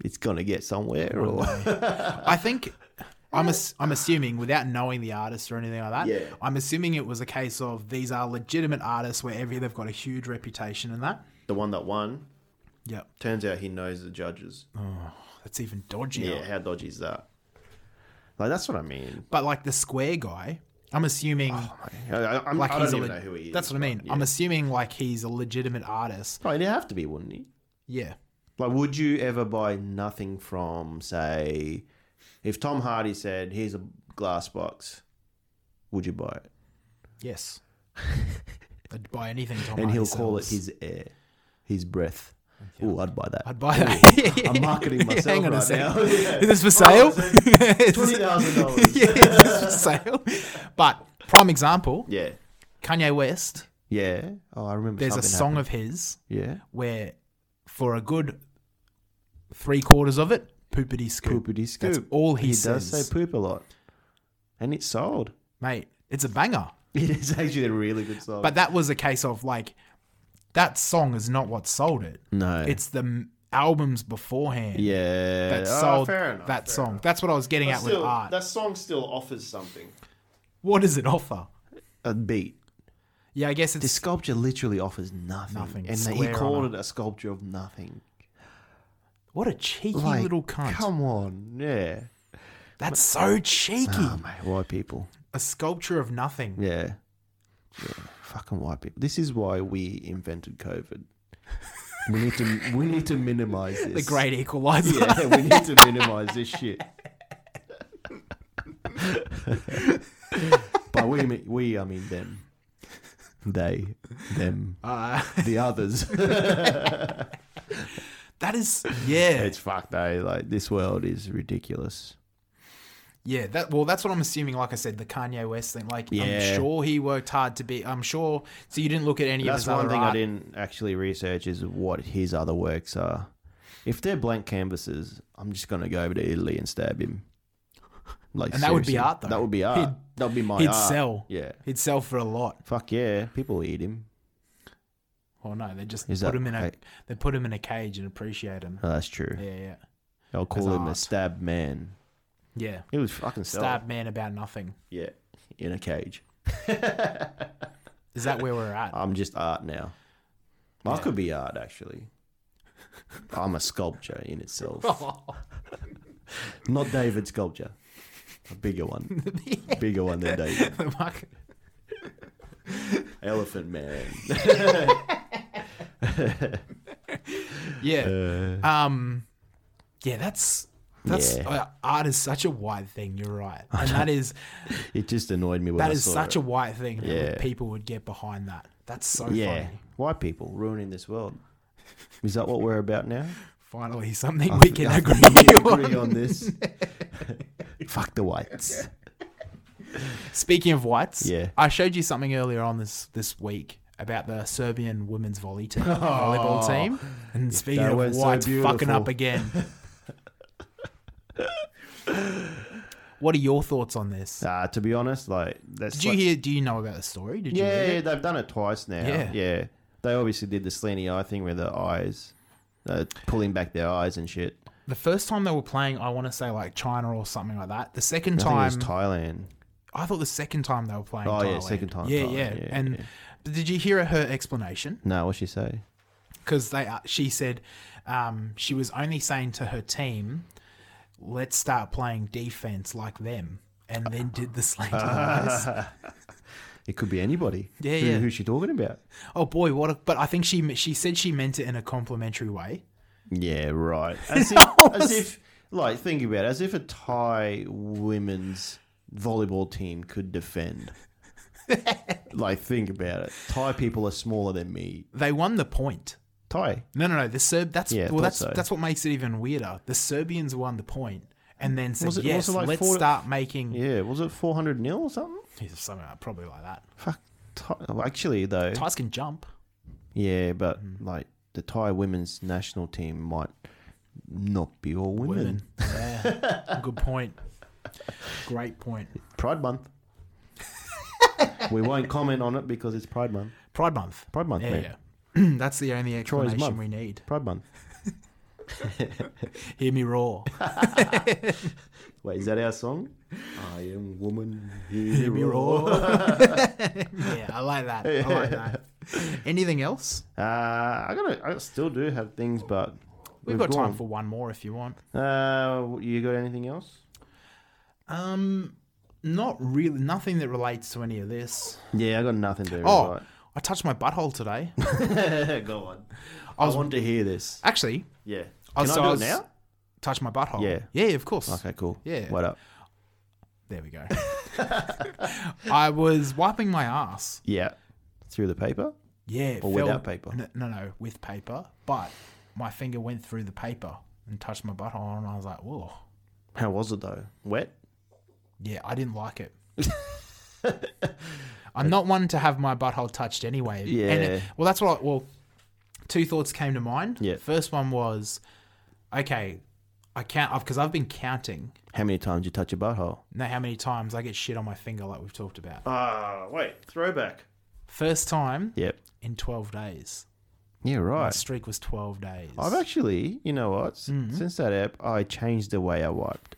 S3: it's gonna get somewhere or
S6: I think I'm ass- I'm assuming without knowing the artist or anything like that.
S3: Yeah.
S6: I'm assuming it was a case of these are legitimate artists where every they've got a huge reputation and that.
S3: the one that won?
S6: Yep.
S3: Turns out he knows the judges.
S6: That's even dodgier.
S3: Yeah, how dodgy is that? Like that's what I mean.
S6: But like the square guy, I'm assuming
S3: I, I, I'm,
S6: like
S3: Oh, I
S6: he's
S3: don't
S6: a
S3: even
S6: le-
S3: know who he is.
S6: That's what I mean. I'm assuming like he's a legitimate artist.
S3: Right, he'd have to be, wouldn't he?
S6: Yeah.
S3: Like, would you ever buy nothing from, say, if Tom Hardy said, "Here's a glass box," would you buy it?
S6: Yes. I'd buy anything Tom
S3: And he'll
S6: Hardy
S3: call it
S6: sells.
S3: his air, his breath. Oh, I'd buy that.
S6: I'd buy that.
S3: I'm marketing myself
S6: Hang on
S3: right
S6: a second.
S3: now.
S6: Is this for sale?
S3: Twenty thousand dollars.
S6: yeah, it's for sale. But prime example,
S3: Yeah,
S6: Kanye West.
S3: yeah. Oh, I remember.
S6: There's a
S3: something
S6: song of his
S3: happened.
S6: where, for a good three quarters of it, poopity
S3: Yeah,
S6: scoop,
S3: poopity scoop.
S6: That's all he
S3: he does
S6: says.
S3: say poop a lot, and it's sold.
S6: mate. It's a banger.
S3: It is actually a really good song.
S6: But that was a case of like, that song is not what sold it.
S3: no,
S6: It's the m- albums beforehand
S3: yeah.
S6: that
S3: Oh,
S6: sold
S3: fair enough,
S6: that
S3: fair
S6: song.
S3: enough.
S6: That's what I was getting
S3: But
S6: at with
S3: still,
S6: art.
S3: That song still offers something.
S6: What does it offer?
S3: A beat.
S6: Yeah, I guess
S3: The
S6: it's
S3: sculpture literally offers nothing.
S6: Nothing.
S3: And he
S6: Square
S3: called
S6: on
S3: it a sculpture of nothing.
S6: what a cheeky
S3: Like,
S6: little cunt.
S3: come on, yeah.
S6: That's so cheeky.
S3: Oh, mate, white people.
S6: a sculpture of nothing.
S3: Yeah. Yeah, fucking white people. This is why we invented COVID. We need to we need to minimize this.
S6: The great equalizer.
S3: Yeah, we need to minimize this shit. but we mean- we I mean them. They, them,
S6: Uh,
S3: the others.
S6: that is, yeah,
S3: it's fucked, eh? Like this world is ridiculous.
S6: yeah. That well, that's what I'm assuming. Like I said, the Kanye West thing. Like,
S3: Yeah.
S6: I'm sure he worked hard to be. I'm sure. So you didn't look at any
S3: That's
S6: of his
S3: one
S6: other
S3: thing
S6: art.
S3: I didn't actually research is what his other works are. If they're blank canvases, I'm just gonna go over to Italy and stab him. Like,
S6: And that would be
S3: seriously,
S6: art, though.
S3: That would be art.
S6: He'd-
S3: that would be my
S6: he'd
S3: art.
S6: sell.
S3: Yeah.
S6: He'd sell for a lot.
S3: Fuck yeah, people eat him.
S6: Oh no, they just
S3: Is
S6: put
S3: that
S6: him in a.
S3: right?
S6: They put him in a cage and appreciate him.
S3: Oh, that's true.
S6: Yeah, yeah,
S3: I'll call
S6: As
S3: him a
S6: art.
S3: stab man.
S6: yeah.
S3: He was fucking sell.
S6: Stab man about nothing.
S3: Yeah, in a cage.
S6: Is that where we're at?
S3: I'm just art now. I could be art actually.
S6: Oh,
S3: I'm a sculpture in itself. Not David sculpture. A bigger one. bigger one than David.
S6: the market.
S3: Elephant Man.
S6: Yeah.
S3: Uh,
S6: Um, yeah, that's that's
S3: Yeah.
S6: uh, art is such a wide thing. You're right, and that is
S3: it just annoyed me when
S6: that
S3: I
S6: is
S3: saw
S6: such
S3: it.
S6: a wide thing. that
S3: Yeah.
S6: people would get behind that. That's so
S3: Yeah.
S6: funny.
S3: White people ruining this world. Is that what we're about now?
S6: Finally, something
S3: I
S6: we
S3: th-
S6: can
S3: I
S6: agree,
S3: think we
S6: on.
S3: agree on this. Fuck the whites.
S6: Speaking of whites,
S3: Yeah.
S6: I showed you something earlier on this this week about the Serbian women's volley team, volleyball team. And speaking
S3: Oh. that
S6: of
S3: weren't so
S6: whites fucking
S3: beautiful.
S6: up again. what are your thoughts on this?
S3: Uh, to be honest, like that's
S6: Did you
S3: like-
S6: hear? Do you know about the story? Did you
S3: Yeah,
S6: hear
S3: yeah,
S6: it?
S3: they've done it twice now.
S6: Yeah.
S3: Yeah, They obviously did the slanty eye thing where the eyes, uh, pulling back their eyes and shit.
S6: The first time they were playing, I want to say like China or something like that. The second
S3: I
S6: time,
S3: think it was Thailand.
S6: I thought the second time they were playing.
S3: Oh, yeah,
S6: Thailand.
S3: second time
S6: Yeah,
S3: Thailand,
S6: yeah.
S3: yeah,
S6: and
S3: yeah.
S6: But did you hear her explanation?
S3: No, what'd she say?
S6: because they uh, she said um, she was only saying to her team, "Let's start playing defense like them," and then did the slant eyes.
S3: It could be anybody.
S6: Yeah,
S3: Who,
S6: yeah.
S3: Who's she talking about?
S6: Oh boy, what! A, but I think she she said she meant it in a complimentary way.
S3: Yeah, right. As if, as if like, think about it. As if a Thai women's volleyball team could defend. like, think about it. Thai people are smaller than me.
S6: They won the point.
S3: Thai.
S6: No, no, no. The Serb. That's
S3: Yeah, I
S6: well.
S3: thought
S6: That's
S3: so.
S6: that's what makes it even weirder. The Serbians won the point and then said,
S3: Was it-
S6: "Yes,
S3: was it like
S6: let's
S3: four-
S6: start making
S3: Yeah, was it 400 nil or something?
S6: something like, probably like that."
S3: Fuck. Thai. oh, Actually, though.
S6: Ties can jump.
S3: Yeah, but like the Thai women's national team might not be all women.
S6: Women. Yeah. Good point. Great point.
S3: Pride Month. we won't comment on it because it's Pride Month.
S6: Pride Month.
S3: Pride Month,
S6: Yeah,
S3: man.
S6: yeah. That's the only explanation
S3: month.
S6: we need.
S3: Pride Month.
S6: Hear me roar.
S3: Wait, is that our song? I am woman
S6: Hear me roar. yeah, I like that. I like that. Anything else?
S3: Uh, I gotta. I still do have things, but
S6: We've, got time
S3: gone.
S6: for one more if you want.
S3: Uh, you got anything else?
S6: Um, not really. Nothing that relates to any of this.
S3: Yeah, I got nothing to.
S6: Oh, I touched my butthole today.
S3: right. go on. I,
S6: was-
S3: want to hear this.
S6: Actually,
S3: Yeah. Can
S6: I
S3: I,
S6: was-
S3: do
S6: I
S3: it
S6: was-
S3: now?
S6: touched my butthole.
S3: Yeah.
S6: Yeah, of course.
S3: Okay, cool.
S6: Yeah.
S3: What up?
S6: There we go. I was wiping my ass.
S3: Yeah. Through the paper?
S6: Yeah, it
S3: Or without paper?
S6: n- No, no, with paper. But my finger went through the paper and touched my butthole, and I was like, "Whoa,
S3: How was it though? Wet?
S6: yeah, I didn't like it." I'm not one to have my butthole touched anyway. And it-
S3: Yeah.
S6: well, that's what. I, well, two thoughts came to mind.
S3: Yeah.
S6: First one was, okay, I count because I've been counting
S3: How many times you touch your butthole?
S6: now how many times I get shit on my finger, like we've talked about.
S3: Ah, wait, throwback.
S6: First time
S3: Yep.
S6: in 12 days.
S3: Yeah,
S6: My
S3: right.
S6: streak was 12 days.
S3: I've actually, you know what? s- Since that app, I changed the way I wiped.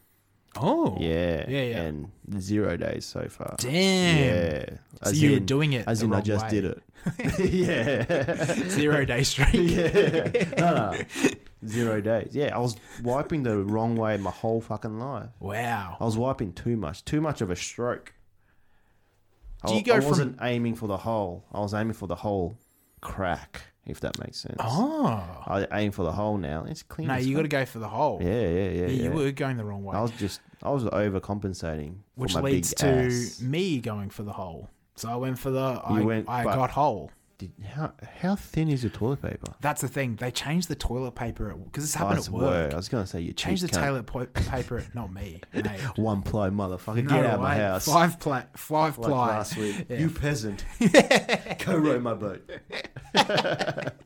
S6: oh.
S3: Yeah.
S6: Yeah, yeah.
S3: And zero days so far.
S6: Damn.
S3: Yeah.
S6: So you were doing it
S3: As
S6: the
S3: in, I
S6: wrong
S3: just
S6: way.
S3: did it. yeah.
S6: Zero day streak.
S3: Zero days. Yeah, I was wiping the wrong way my whole fucking life. I
S6: Wow.
S3: was wiping too much, too much of a stroke. I-
S6: Do you go
S3: I
S6: from-
S3: wasn't aiming for the hole. I was aiming for the whole crack, if that makes sense.
S6: Oh.
S3: I aim for the hole now. It's clean.
S6: No,
S3: as
S6: you got to
S3: fuck.
S6: go for the hole.
S3: Yeah, yeah, yeah.
S6: Yeah,
S3: yeah.
S6: you were going the wrong way.
S3: I was just, I was overcompensating.
S6: which
S3: for my
S6: leads
S3: big
S6: to
S3: ass.
S6: me going for the hole. So I went for the. I,
S3: went-
S6: I
S3: but-
S6: got hole.
S3: Did- how how thin is your toilet paper?
S6: That's the thing. They changed the toilet paper because this happened
S3: Nice
S6: at work.
S3: I was gonna say you
S6: Change the
S3: cheap cunt.
S6: toilet po- paper. at- Not me. Mate.
S3: One ply motherfucker,
S6: No
S3: get out of my
S6: way.
S3: house.
S6: Five ply. Five
S3: like
S6: ply.
S3: last week. You peasant, go row my boat.
S6: But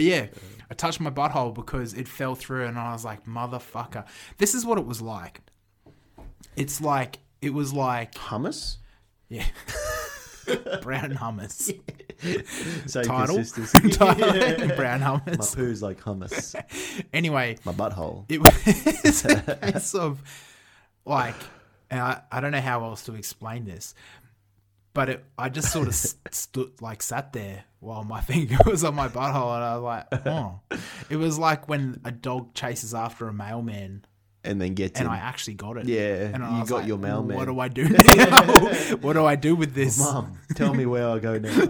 S6: yeah, I touched my butthole because it fell through, and I was like, motherfucker. This is what it was like. It's like it was like
S3: Hummus.
S6: yeah, brown hummus.
S3: Same
S6: title.
S3: consistency.
S6: Title, Brown
S3: My
S6: hummus.
S3: poo's like hummus.
S6: Anyway,
S3: My butthole.
S6: it was a case of like, and I, I don't know how else to explain this, but it, I just sort of st- stood, like, sat there while my finger was on my butthole, and I was like, oh. It was like when a dog chases after a mailman.
S3: and then gets
S6: and
S3: in.
S6: I actually got it.
S3: Yeah,
S6: and I
S3: you
S6: was
S3: got your mailman."
S6: What do I do now? what do I do with this?
S3: Oh, Mum, tell me where I go now.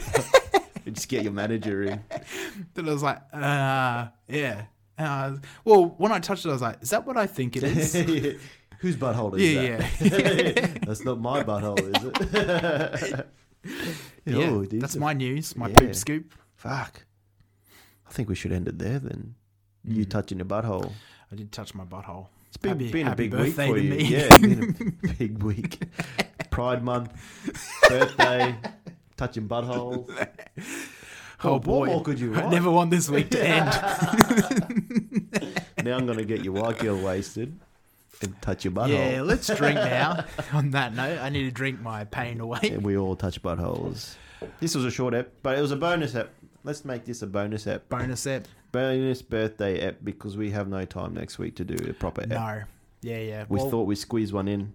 S3: Just get your manager in.
S6: Then I was like, uh, yeah. And I was- well, when I touched it, I was like, is that what I think it is? yeah,
S3: Whose butthole is
S6: yeah.
S3: that? That's not my butthole, is it?
S6: yeah.
S3: Oh, dude.
S6: That's my news, my
S3: Yeah.
S6: poop scoop.
S3: Fuck. I think we should end it there then. You
S6: Hmm.
S3: touching your butthole.
S6: I did touch my butthole.
S3: It's been,
S6: Happy-
S3: been a
S6: happy
S3: big week
S6: birthday
S3: for
S6: to
S3: you.
S6: me.
S3: Yeah, it's been a big week. Pride month, birthday, touching butthole.
S6: Oh,
S3: what
S6: boy.
S3: more could you
S6: I
S3: want?
S6: never want this week to end.
S3: Now I'm gonna get your white girl wasted and touch your butthole.
S6: yeah, let's drink now. On that note, I need to drink my pain away.
S3: and we all touch buttholes. This was a short ep, but it was a bonus ep. Let's make this a bonus ep.
S6: Bonus app.
S3: Bonus birthday ep because we have no time next week to do a proper ep.
S6: No. Yeah, yeah.
S3: We
S6: well,
S3: thought we squeeze one in.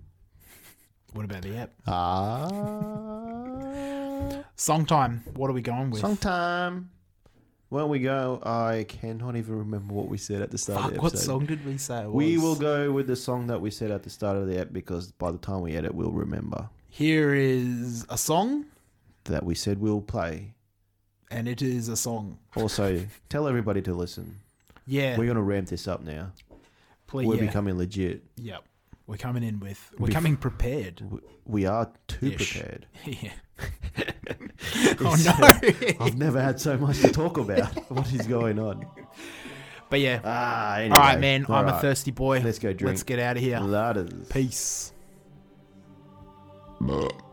S6: what about the app?
S3: Ah.
S6: Song time. What are we going with?
S3: Song time. When we go, I cannot even remember what we said at the start of
S6: Fuck,
S3: the
S6: what
S3: episode.
S6: song did we say? it
S3: We
S6: was?
S3: will go with the song that we said at the start of the app because by the time we edit, we'll remember
S6: Here is a song,
S3: that we said we'll play.
S6: and it is a song.
S3: Also, tell everybody to listen.
S6: Yeah.
S3: We're going to ramp this up now.
S6: please.
S3: We're
S6: yeah.
S3: becoming legit.
S6: Yep. We're coming in with. We're coming prepared.
S3: W- We are too
S6: Ish.
S3: prepared.
S6: yeah.
S3: oh
S6: no.
S3: I've never had so much to talk about. what is going on?
S6: But yeah.
S3: Ah, anyway.
S6: All right, man.
S3: All
S6: I'm a
S3: right.
S6: thirsty boy.
S3: Let's go drink.
S6: Let's get out of here.
S3: Ladders.
S6: Peace.
S3: Bleh.